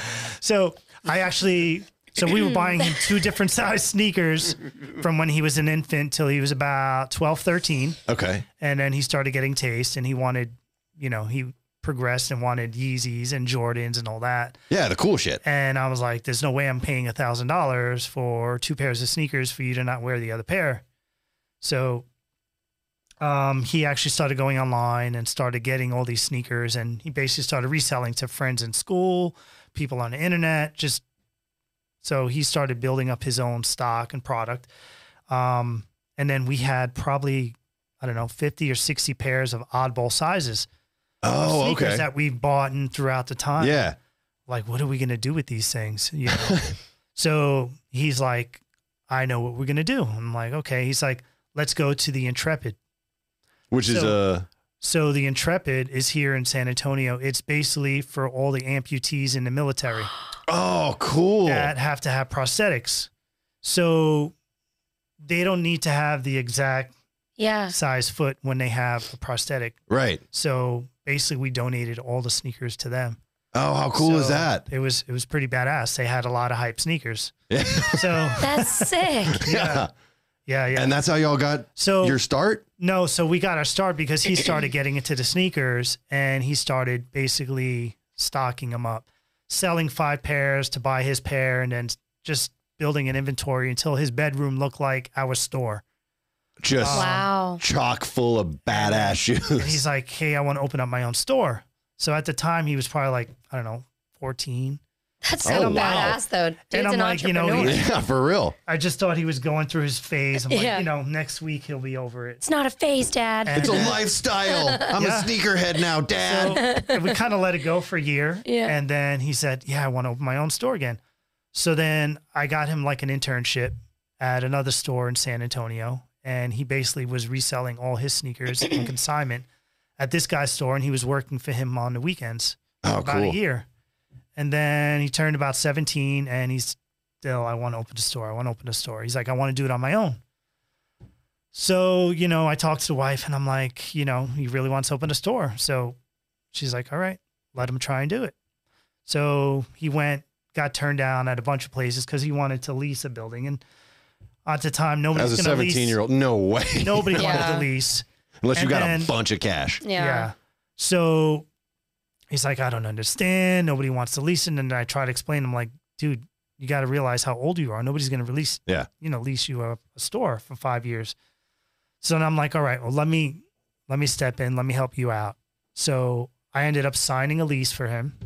a good So I actually, so we were buying him two different size sneakers from when he was an infant till he was about 12, 13. okay. And then he started getting taste and he wanted, you know, he progressed and wanted Yeezys and Jordans and all that. Yeah, the cool shit. And I was like, there's no way I'm paying a thousand dollars for two pairs of sneakers for you to not wear the other pair. So um, he actually started going online and started getting all these sneakers and he basically started reselling to friends in school, people on the internet, just so he started building up his own stock and product. Um, and then we had probably, I don't know, 50 or 60 pairs of oddball sizes. of Oh, sneakers okay. That we've bought and throughout the time Yeah. like, what are we going to do with these things? You know? so he's like, I know what we're going to do. I'm like, okay. He's like, let's go to the Intrepid. Which is So- uh So the Intrepid is here in San Antonio. It's basically for all the amputees in the military oh cool. that have to have prosthetics. So they don't need to have the exact Yeah. size foot when they have a prosthetic. Right. So basically we donated all the sneakers to them. Oh, how cool is So that? It was it was pretty badass. They had a lot of hype sneakers. Yeah. So That's sick. yeah. Yeah, yeah. And that's how y'all got so your start? no, so we got our start because he started getting into the sneakers and he started basically stocking them up, selling five pairs to buy his pair, and then just building an inventory until his bedroom looked like our store. Just wow. chock full of badass And shoes. he's like, "Hey, I want to open up my own store." So at the time, he was probably like, I don't know, fourteen. That's so Oh, wow. badass, though. Dude's And I'm an like, you know, entrepreneur. yeah, for real. I just thought he was going through his phase. I'm like, Yeah. you know, next week he'll be over it. it's not a phase, Dad. And It's a then- lifestyle. I'm Yeah. a sneakerhead now, dad. So we kind of let it go for a year. Yeah. And then he said, Yeah, I want to open my own store again. So then I got him like an internship at another store in San Antonio. And he basically was reselling all his sneakers in consignment at this guy's store. And he was working for him on the weekends oh, about a cool. year. And then he turned about 17 and he's still, I want to open a store. I want to open a store. He's like, I want to do it on my own. So, you know, I talked to the wife and I'm like, you know, he really wants to open a store. So she's like, all right, let him try and do it. So he went, got turned down at a bunch of places because he wanted to lease a building. And at the time, nobody's As a going to lease. 17 year old, no way. Nobody wanted Yeah. to lease. Unless you and got then- a bunch of cash. yeah. So he's like, I don't understand. Nobody wants to lease it. And I try to explain. I'm like, dude, you got to realize how old you are. Nobody's going to release, Yeah. you know, lease you a, a store for five years. So then I'm like, all right, well, let me, let me step in. Let me help you out. So I ended up signing a lease for him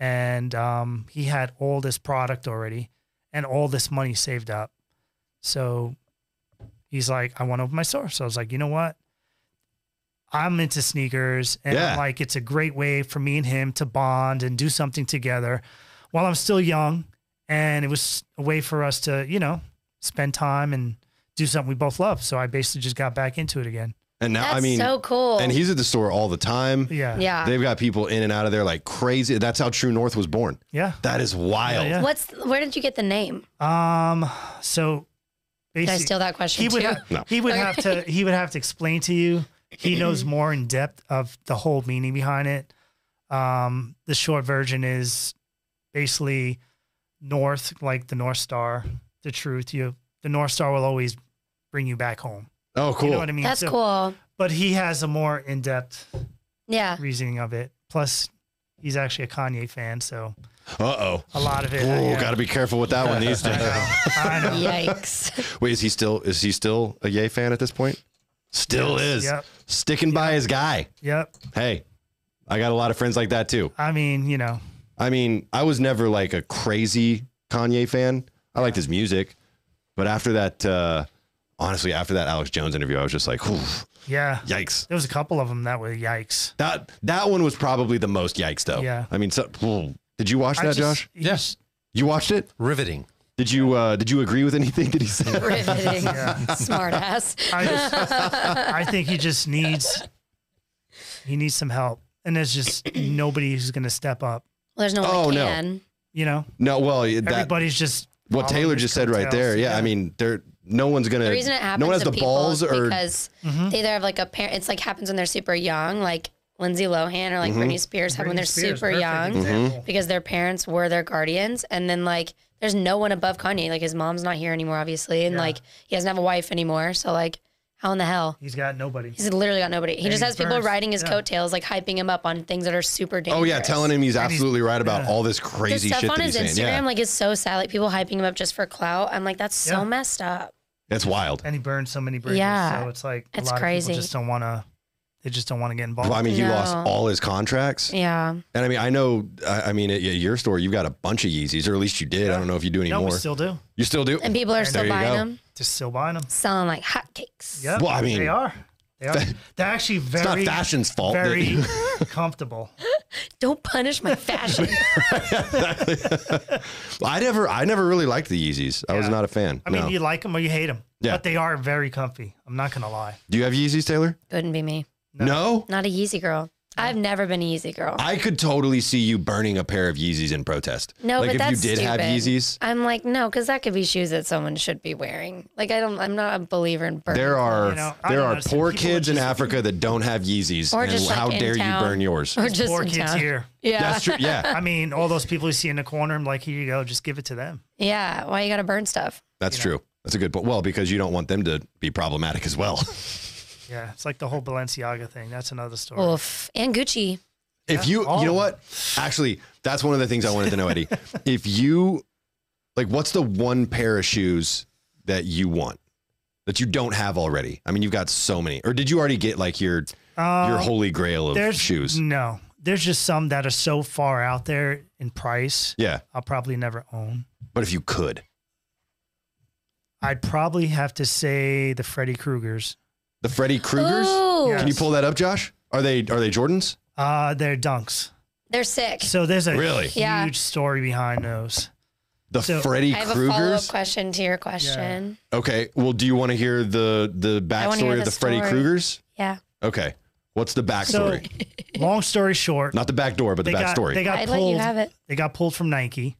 and um, he had all this product already and all this money saved up. So he's like, I want to open my store. So I was like, you know what? I'm into sneakers and Yeah. I'm like, it's a great way for me and him to bond and do something together while I'm still young. And it was a way for us to, you know, spend time and do something we both love. So I basically just got back into it again. And now, That's I mean, so cool. and he's at the store all the time. Yeah. yeah. They've got people in and out of there like crazy. That's how True North was born. Yeah. That is wild. Yeah, What's where did you get the name? Um, so Did I Basic- steal that question he would too? ha- No. he would have to he would have to explain to you. He knows more in depth of the whole meaning behind it. Um, the short version is basically north, like the North Star, the truth. You the North Star will always bring you back home. Oh, cool. You know what I mean? That's So- cool. But he has a more in depth Yeah. reasoning of it. Plus, he's actually a Kanye fan, so Uh a lot of oh. it. Ooh, yeah. gotta be careful with that one these I days. know. I know. Yikes. Wait, is he still is he still a Yay fan at this point? Still Yes, is. yep. Sticking by his guy. Yep. Hey, I got a lot of friends like that too. I mean, you know, I mean, I was never like a crazy Kanye fan. I liked his music, but after that, uh, honestly, after that Alex Jones interview, I was just like, Whew, yeah. yikes. There was a couple of them that were yikes. That that one was probably the most yikes though. Yeah. I mean, so, whew. did you watch I that, just- Josh? Yes. You watched it? Riveting. Did you uh, did you agree with anything that he said? Riveting. Smart ass. I, just, I think he just needs he needs some help, and there's just nobody who's going to step up. Well, there's no one Oh, that no. can. You know, No, well, that everybody's just what following Taylor his just said right coattails. there. Yeah, I mean, there no one's gonna. The reason it happens no one has to the people balls is or because Mm-hmm. they either have like a parent. It's like happens when they're super young, like Lindsay Lohan or like Mm-hmm. Britney Spears, have when Britney they're Spears, super perfect young example. because their parents were their guardians, and then like there's no one above Kanye. Like his mom's not here anymore, obviously, and Yeah. like he doesn't have a wife anymore. So like, how in the hell? He's got nobody. He's literally got nobody. He And just he's has people first, riding his yeah. coattails, like hyping him up on things that are super dangerous. Oh yeah, telling him he's he's- absolutely right about yeah. all this the crazy stuff shit on that his he's Instagram saying. Yeah, like is so sad. Like people hyping him up just for clout. I'm like, that's so Yeah. messed up. it's wild. and he burned so many bridges. Yeah. so it's like a It's lot crazy. of people just don't want to. They just don't want to get involved. Well, I mean, he lost No. all his contracts, Yeah. and I mean, I know. I, I mean, at your store, you've got a bunch of Yeezys, or at least you did. I don't know if you do no, anymore. we still do. you still do. And people are There still you go. buying them. Just still buying them. selling like hotcakes. Yeah, Well, I mean- they are. They are. They're actually It's not very, fashion's fault. that- very comfortable. Don't punish my fashion. I never, I never really liked the Yeezys. I was Yeah. not a fan. I mean, no. you like them or you hate them, Yeah. but they are very comfy. I'm not gonna lie. do you have Yeezys, Taylor? Couldn't be me. No. Not a Yeezy girl. I've never been a Yeezy girl. I could totally see you burning a pair of Yeezys in protest. no, like but if that's you did have stupid. Yeezys, I'm like, no, because that could be shoes that someone should be wearing. Like, I don't. I'm not a believer in burning. There are You know, I there don't are understand. poor People kids in just- Africa that don't have Yeezys, Or and just, like, how in dare town. you burn yours? or just Four in kids town. here. Yeah, That's true. Yeah, I mean, all those people you see in the corner, I'm like, here you go, just give it to them. yeah. Why you gotta burn stuff? that's true. That's a good point. Well, because you don't want them to be problematic as well. Yeah, it's like the whole Balenciaga thing. That's another story. Oof. And Gucci. If you, all you know of what? Actually, that's one of the things I wanted to know, Eddie. if you, like, what's the one pair of shoes that you want that you don't have already? I mean, you've got so many. Or did you already get like your your Um, holy grail of there's shoes? No, there's just some that are so far out there in price. yeah, I'll probably never own. but if you could, I'd probably have to say the Freddy Kruegers. the Freddy Kruegers. Ooh, Yeah. Can you pull that up, Josh? Are they are they Jordans? Uh, they're dunks. they're sick. So there's a Really? huge Yeah. story behind those. The So- Freddy I have a follow up Kruegers. question to your question. Okay. Well, do you want to hear the the wanna hear backstory of the the Freddy story. Kruegers? Yeah. Okay. What's the backstory? Long story short, Not the back door, but the they got backstory. they got I'd let pulled. you have it. They got pulled from Nike,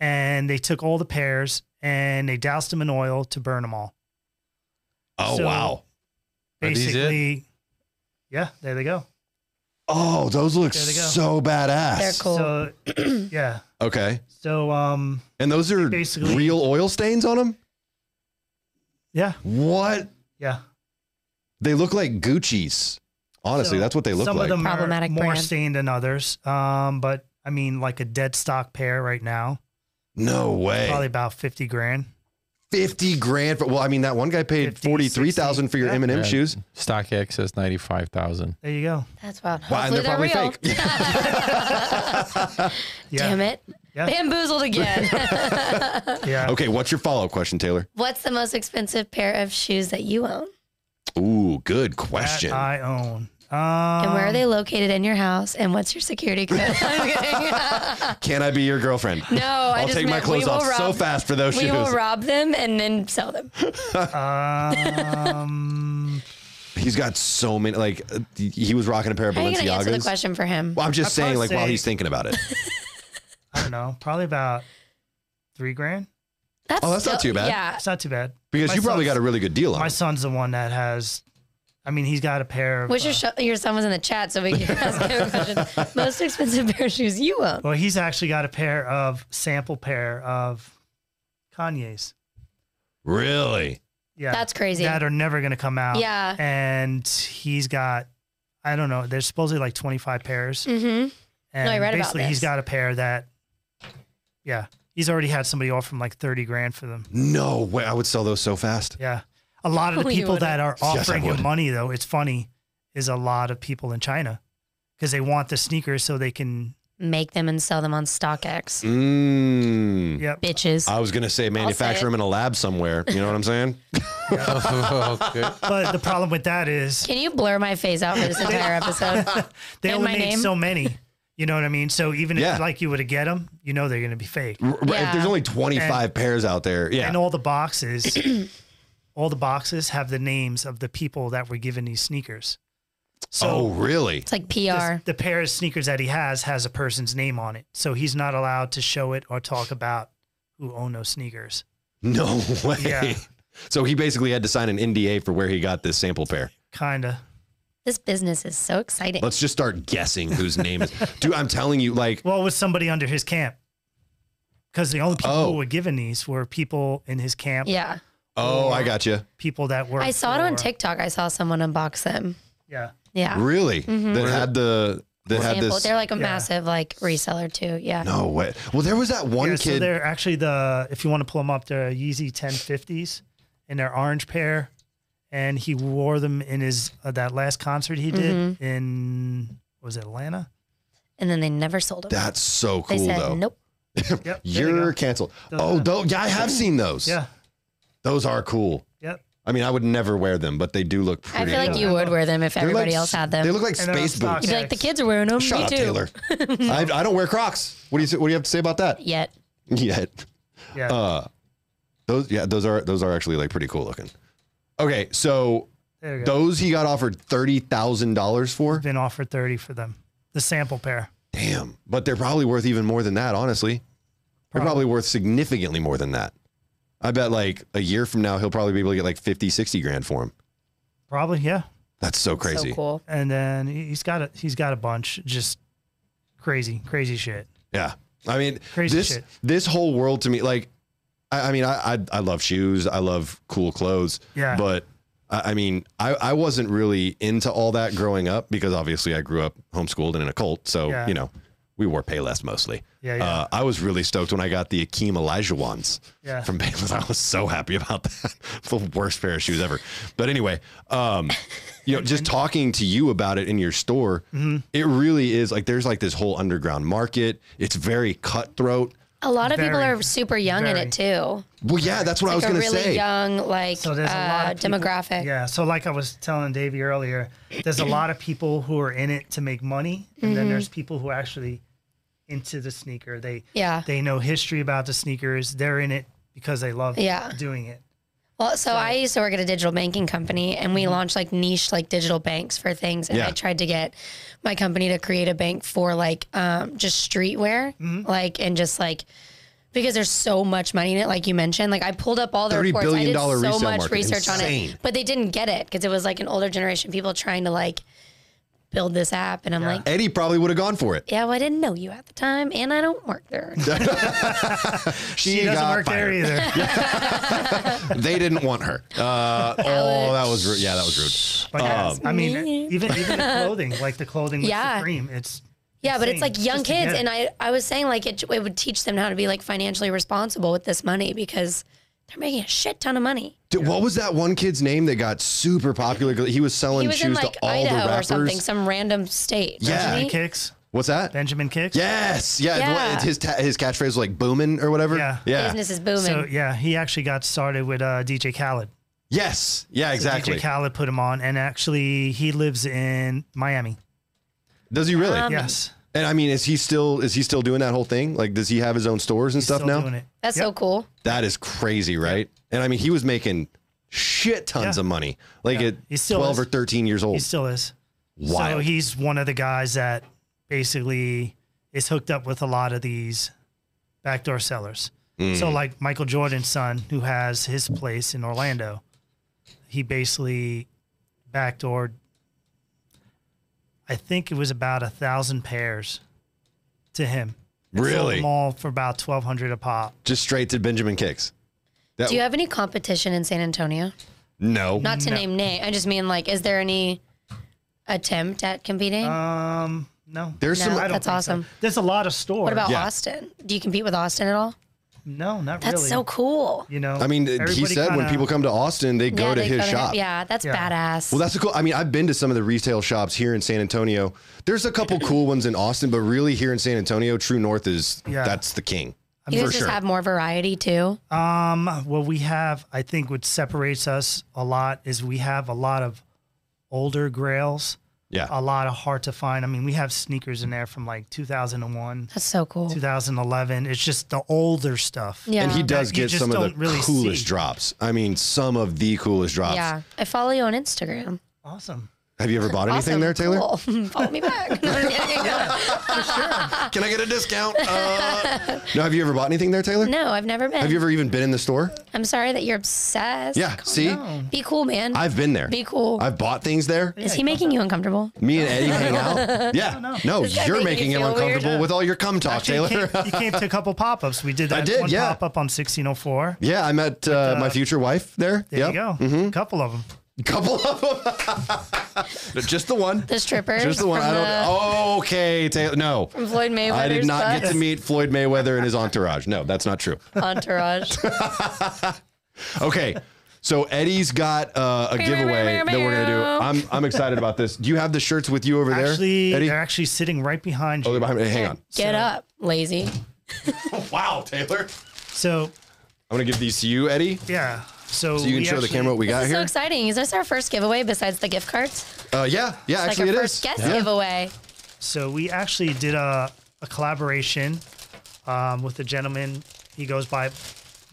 and they took all the pairs and they doused them in oil to burn them all. oh so- wow. Are these it? Basically, yeah, there they go. Oh, those look There they go. so badass. They're cool. So yeah, Okay. so um, And those are Basically- real oil stains on them? yeah, What? yeah. They look like Gucci's. Honestly, So that's what they look Some like. of them Problematic are more brand. stained than others. Um, but I mean, like a dead stock pair right now, no way. probably about fifty grand. 50 grand for Well, I mean that one guy paid 50, 43,000 for your yeah. M&M Yeah. shoes. StockX says 95,000. There you go. That's wild. Wow, and Hopefully they're probably real. fake. Yeah, Damn it. Yeah. Bamboozled again. yeah. okay, what's your follow-up question, Taylor? What's the most expensive pair of shoes that you own? Ooh, good That question. I own. Um, And where are they located in your house? And what's your security code? I'm kidding. uh, Can I be your girlfriend? no, I I'll just take my meant clothes we will off rob, so fast for those We shoes. will rob them and then sell them. Um, He's got so many. Like uh, he was rocking a pair of How are you going to answer the Balenciagas. question for him? Well, I'm just I'd saying, probably like while say- he's thinking about it. I don't know, probably about three grand. That's Oh, that's not still- too bad. Yeah. It's not too bad. Because My you probably son's- got a really good deal on My it. son's the one that has. I mean, he's got a pair of. Wish uh, your, sho- your son was in the chat so we can ask him a question. Most expensive pair of shoes you own. well, he's actually got a pair of sample pair of Kanye's. Really? Yeah, That's crazy. that are never gonna come out. Yeah. and he's got. I don't know. There's supposedly like 25 pairs. Mm-hmm. And I read about basically he's this. got a pair that yeah. He's already had somebody offer him like thirty grand for them. No way. I would sell those so fast. Yeah. A lot of the No, you people that are Yes, I offering would. him money though, it's funny, is a lot of people in China. Because they want the sneakers so they can Make them and sell them on StockX. Mm. Yep. Bitches. I was going to say manufacture it. them in a lab somewhere. You know what I'm saying? okay. But the problem with that is Can you blur my face out for this entire episode? they And only my make name? so many. You know what I mean? So even Yeah. if like you were to get them, you know they're gonna be fake. R- r- Yeah. If there's only 25 pairs out there, yeah. And all the boxes, all the boxes have the names of the people that were given these sneakers. So oh, really? It's like this- PR. the pair of sneakers that he has has a person's name on it, so he's not allowed to show it or talk about who owned those sneakers. No way. Yeah. So he basically had to sign an NDA for where he got this sample pair. Kinda. This business is so exciting. Let's just start guessing whose name is. Dude, I'm telling you, like, Well, it was somebody under his camp, because the only people Oh. who were given these were people in his camp, Yeah. oh, I got you. people that were. I saw it on for- TikTok. I saw someone unbox them. Yeah, Yeah. Really? That had the that had Sample. this. They're like a Yeah. massive like reseller too. Yeah. No way. Well, there was that one yeah. So kid. they're actually the if you want to pull them up, they're Yeezy 1050s, and they're orange pair, and he wore them in his uh, that last concert he did in was it Atlanta? And then they never sold them. that's so cool they said though. nope. Yep. there they You're go. canceled. Those oh, are- though, yeah, I have seen those. Yeah. those are cool. Yep. I mean, I would never wear them, but they do look I pretty. feel like cool. you would wear them if They're like everybody s- else had them. They look like And they're space on stock. boots. You'd be like the kids are wearing them. Shut Me up, too. Taylor. I, I don't wear Crocs. What do you say- What do you have to say about that? Yet. Yet. Yeah. Uh, those yeah, those are those are actually like pretty cool looking. Okay, so there you go. those he got offered thirty thousand dollars for. been offered 30 for them. The sample pair. Damn, but they're probably worth even more than that. Honestly, they're probably worth significantly more than that. I bet like a year from now he'll probably be able to get like 50, 60 grand for him. Probably, yeah. That's so crazy. So cool. And then he- he's got a he's got a bunch just crazy, crazy shit. Yeah. I mean, Crazy this shit. this whole world to me, like, I, I mean, I, I I love shoes, I love cool clothes, Yeah. but I, I mean, I I wasn't really into all that growing up because obviously I grew up homeschooled and in a cult, so Yeah. you know, we wore Payless mostly. Yeah, yeah. Uh, I was really stoked when I got the Akeem Elijah ones Yeah. from Payless. I was so happy about that. the worst pair of shoes ever. But anyway, um, you know, just talking to you about it in your store, Mm-hmm. it really is like there's like this whole underground market. It's very cutthroat. A lot of people Very, are super young in very. it too. Well, yeah, that's what I was like a gonna really say. young like So there's a lot uh, of people- demographic. Yeah. So like I was telling Davey earlier, there's a lot of people who are in it to make money. And Mm-hmm. then there's people who actually into the sneaker. They Yeah. they know history about the sneakers. They're in it because they love Yeah. doing it. Well, so I used to work at a digital banking company and we launched like niche like digital banks for things. And Mm-hmm. Yeah. I tried to get my company to create a bank for like um, just streetwear, Mm-hmm. like, and just like, because there's so much money in it, like you mentioned. Like I pulled up all the $30 reports. I billion did dollar so resale much market. research on Insane. it, but they didn't get it because it was like an older generation people trying to like build this app. And I'm like, Eddie probably would have gone for it. yeah, well, I didn't know you at the time, and I don't work there. She, He doesn't got work there fired. either. They didn't want her. Uh, oh, that was rude. yeah, that was rude. But Um, I mean, even even the clothing, like the clothing with Yeah. Supreme, it's Yeah, but it's insane like young just to get kids, it. and I, I was saying like it, it would teach them how to be like financially responsible with this money because they're making a shit ton of money. Dude, what was that one kid's name that got super popular? He was selling He was shoes in like to all the Idaho or rappers. something, some random state. Yeah. wasn't Benjamin he? Kicks. What's that? Benjamin Kicks. Yes. Yeah. the one- Yeah. his ta- his catchphrase was like booming or whatever. Yeah. Yeah. business is booming. So yeah, he actually got started with uh, DJ Khaled. Yes. Yeah. Exactly. DJ Khaled put him on, and actually he lives in Miami. Does he really? Um, Yes, and I mean, is he still is he still doing that whole thing? Like, does he have his own stores and stuff still now? doing it. That's so Yep. cool. That is crazy, right? And I mean, he was making shit tons Yeah. of money, like Yeah. He at still twelve is. or thirteen years He old. still is. So Wild. he's one of the guys that basically is hooked up with a lot of these backdoor sellers. Hmm. So like Michael Jordan's son, who has his place in Orlando, he basically backdoored. I think it was about a thousand pairs to him. And sold Really? them all for about twelve hundred a pop. Just straight to Benjamin Kicks. That Do you have any competition in San Antonio? no. Not to name name. I just mean like, is there any attempt at competing? Um, no, There's No, some. I don't that's think so. awesome. There's a lot of stores. What about Yeah. Austin? Do you compete with Austin at all? No, not That's really. so cool. You know, I mean, he everybody said when kinda- people come to Austin, they go to they his go to him. shop. Yeah, that's Yeah. badass. Well, that's a cool. I mean, I've been to some of the retail shops here in San Antonio. There's a couple cool ones in Austin, but really here in San Antonio, True North is Yeah. that's the king. you guys for just sure. have more variety too. Um, what we have, I think, what separates us a lot is we have a lot of older grails, Yeah. a lot of hard to find. I mean, we have sneakers in there from like 2001, That's so cool. 2011. It's just the older stuff. Yeah. And he does That you get just some of the don't really coolest see. drops. I mean, some of the coolest drops. Yeah. I follow you on Instagram. Awesome. Have you ever bought anything awesome. there, Taylor? Cool. follow me back. Can I get a discount? Uh, no, have you ever bought anything there, Taylor? no, I've never been. Have you ever even been in the store? I'm sorry that you're obsessed. Yeah. Calm see, down. Be cool, man. I've been there. Be cool. I've bought things there. Is he making you uncomfortable? Me and Eddie hang out. Yeah. No, This guy you're making making me him feel weird. uncomfortable with all your cum talk, Actually, Taylor. You came, you came to a couple pop ups. We did that did, one yeah. pop up on 1604. yeah, I met uh, my future wife there. There yep. Mm-hmm. you go. A couple of them. Couple of them. Just the one. The stripper. Just the one. From I don't. the- Oh, okay, Taylor. No. from Floyd Mayweather's I did not get bus to meet Floyd Mayweather and his entourage. No, that's not true. entourage. Okay. So Eddie's got uh, a giveaway that we're gonna do. I'm I'm excited about this. Do you have the shirts with you over there, Actually, Eddie? they're actually sitting right behind you. Oh, they're behind me. Hang on. Get up, lazy. Wow, Taylor. so, I'm gonna give these to you, Eddie, yeah. So, so you can we show the actually- camera what we This got is so here. exciting. Is this our first giveaway besides the gift cards? Uh, yeah, yeah. Like Actually, our it first is. guest Yeah. giveaway. So we actually did a, a collaboration um, with a gentleman. He goes by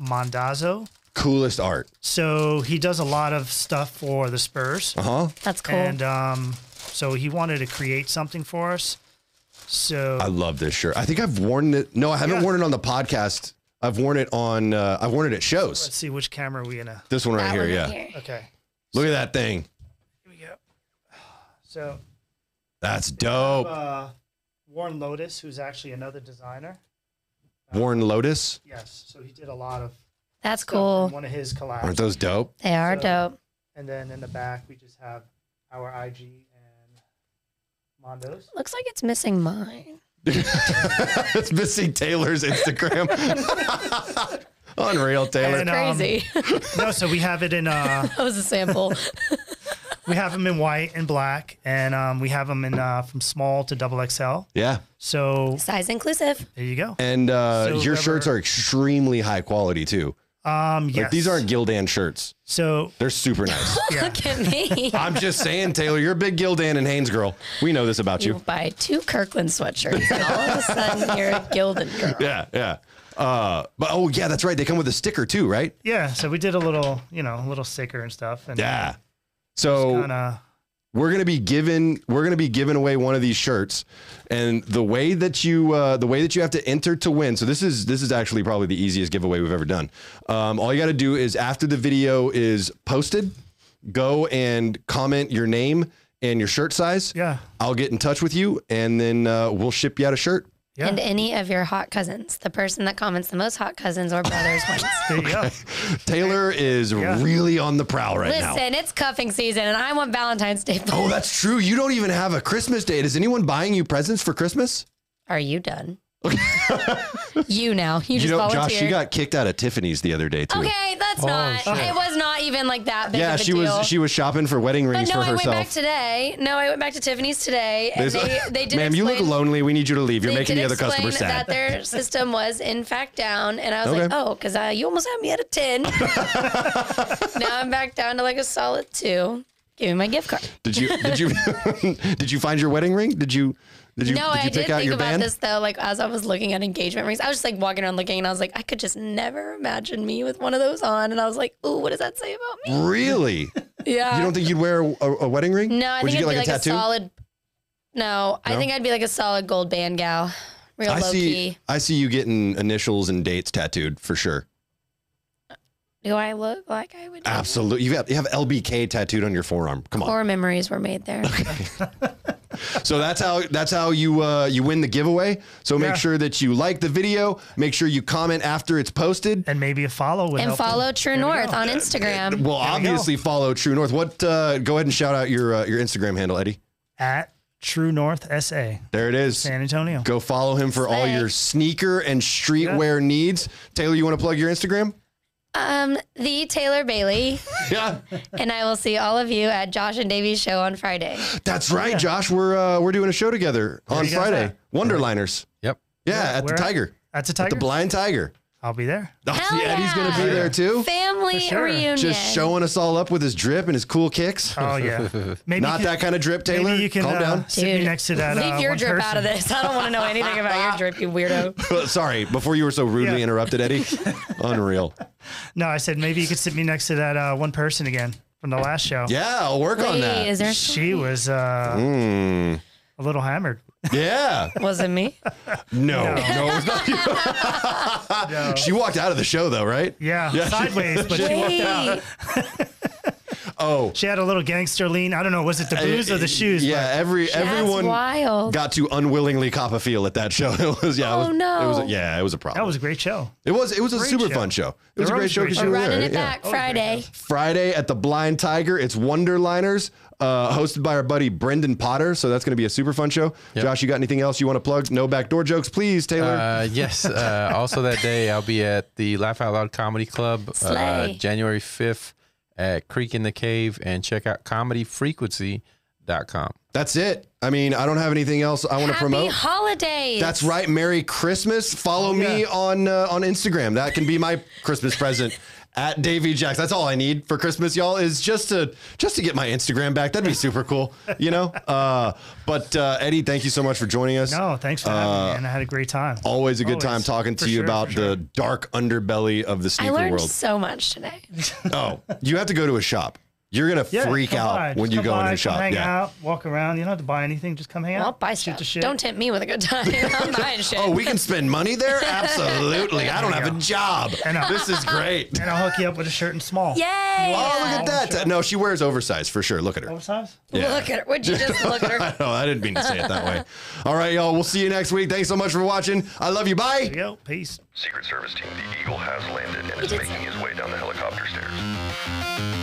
Mondazzo. Coolest art. So he does a lot of stuff for the Spurs. Huh? That's cool. And um, so he wanted to create something for us. So I love this shirt. I think I've worn it. No, I haven't Yeah. worn it on the podcast. I've worn it on. Uh, I've worn it at shows. let's see which camera we gonna. This one right That here. one Yeah. right here. Okay, Look at that thing. here we go. So That's dope. uh, Warren Lotus, who's actually another designer. Warren Lotus. Yes. So he did a lot of That's stuff in cool. One of his Aren't collabs. those dope? They are dope. And then in the back we just have our IG and Mondo's. Looks like it's missing mine. That's missing Taylor's Instagram. Unreal, Taylor. And, um, Crazy. no, so we have it in uh, that was a sample. we have them in white and black, and um, we have them in uh, from small to double XL. Yeah. So Size inclusive. there you go. And uh, So your whoever- shirts are extremely high quality too. Um, yes. Like these aren't Gildan shirts. so They're super nice. yeah. Look at me. I'm just saying, Taylor, you're a big Gildan and Haynes girl. We know this about You you. buy two Kirkland sweatshirts, and all of a sudden you're a Gildan girl. Yeah, yeah. Uh, but oh yeah, that's right. They come with a sticker too, right? Yeah. So we did a little, you know, a little sticker and stuff, and Yeah. So kind of we're gonna be given we're gonna be giving away one of these shirts, and the way that you uh, the way that you have to enter to win. So this is this is actually probably the easiest giveaway we've ever done. Um, all you got to do is after the video is posted, go and comment your name and your shirt size. yeah, I'll get in touch with you, and then uh, we'll ship you out a shirt. yeah. And any of your hot cousins, the person that comments the most hot cousins or brothers wins. there you go. Taylor is really on the prowl right now. Listen, it's cuffing season, and I want Valentine's Day. Oh, that's true. You don't even have a Christmas date. Is anyone buying you presents for Christmas? Are you done? you now. You, You just know, volunteered. Josh, she got kicked out of Tiffany's the other day too. okay, that's not. shit. It was not even like that big Yeah, of a she deal. was she was shopping for wedding But rings no, for I went herself. back today. No, I went back to Tiffany's today, and they, they did. Ma'am, explain, you look lonely. We need you to leave. You're they making did the other customer explain sad. That their system was in fact down, and I was like, Okay. oh, because you almost had me at a ten. now I'm back down to like a solid two. Give me my gift card. did you did you did you find your wedding ring? Did you did you no, did you I pick did out think your about band? this though. Like as I was looking at engagement rings, I was just like walking around looking, and I was like, I could just never imagine me with one of those on. And I was like, ooh, what does that say about me? Really? Yeah. you don't think you'd wear a, a, a wedding ring? no, I Would think you I'd get be like a, solid. No, I No? think I'd be like a solid gold band gal. Real I low see. key. I see you getting initials and dates tattooed for sure. Do I look like I would? do? Absolutely. You have you have LBK tattooed on your forearm. Come on. Core memories were made there. So that's how that's how you uh, you win the giveaway. So make Yeah. sure that you like the video. Make sure you comment after it's posted. and maybe a follow would and help them. follow True There we North go. on Well, Instagram. There we go. obviously follow True North. What? Uh, go ahead and shout out your uh, your Instagram handle, Eddie. at True North SA There it is. San Antonio. Go follow him for all Slay. your sneaker and streetwear needs. Taylor, you want to plug your Instagram? Um, the Taylor Bailey, Yeah, and I will see all of you at Josh and Davy's show on Friday. that's right, Josh. We're uh, we're doing a show together on you guys Friday. at? Wonderliners. Yep. Yeah, at the where at? Tiger, That's a at tiger. the Blind Tiger. I'll be there. Hell yeah, Eddie's gonna yeah. be there too. Family For sure. reunion. Just showing us all up with his drip and his cool kicks. Oh yeah. Maybe Not you can, that kind of drip, Taylor. Maybe you can Calm uh, down. sit me Dude, next to that. Leave uh, your one drip out of person. this. I don't want to know anything about your drip, you weirdo. Sorry, before you were so rudely Yeah. interrupted, Eddie. Unreal. No, I said maybe you could sit me next to that uh, one person again from the last show. Yeah, I'll work on that. Wait, is there? She was uh, Mm. a little hammered. yeah. Was it me? No, no, it's not you. No. She walked out of the show though, right? yeah, Yeah. sideways, but she, walked out. Wait. Oh, she had a little gangster lean. I don't know, was it the booze or the shoes? Yeah, every everyone wild. got to unwillingly cop a feel at that show. It was yeah. it Oh, was, It no. was yeah, it was a but that problem. was a great show. it was it was a great super show. fun show. It was a They're great always show great because shows. you were Running there. it yeah. back Friday. Friday at the Blind Tiger. It's Wonderliners, uh, hosted by our buddy Brendan Potter. So that's going to be a super fun show. Josh, you got anything else you want to plug? No backdoor jokes, please, Taylor. Uh, yes. Uh, also that day, I'll be at the Laugh Out Loud Comedy Club, uh, Slay. January fifth at Creek in the Cave, and check out comedyfrequency.com. that's it. I mean, I don't have anything else I want to Happy promote. holidays. That's right. Merry Christmas. Follow me yeah. on uh, on Instagram. That can be my Christmas present at Davy Jacks. That's all I need for Christmas, y'all, is just to just to get my Instagram back. That'd be super cool, you know. Uh, but uh, Eddie, thank you so much for joining us. No, thanks for having Uh, me, and I had a great time. Always a good Always. time talking to For you sure, about for sure. the dark underbelly of the I sneaker learned world. so much today. Oh, you have to go to a shop. You're gonna Yeah, freak come out by. when Just you come go by, into come the shop. Hang Yeah. out, walk around. You don't have to buy anything. Just come hang out. I'll buy shoot stuff. the shit. Don't tempt me with a good time. I'm buying shit. Oh, we can spend money there? Absolutely. I don't have a job. know. This is great. and I'll hook you up with a shirt and small. Yay! Oh, look at that. No, she wears oversized for sure. Look at her. Oversized? Yeah. Look at her. Would you just look at her? No, I didn't mean to say it that way. All right, y'all. We'll see you next week. Thanks so much for watching. I love you. Bye. There you go. Peace. Secret Service team, the Eagle has landed and is It is- making his way down the helicopter stairs.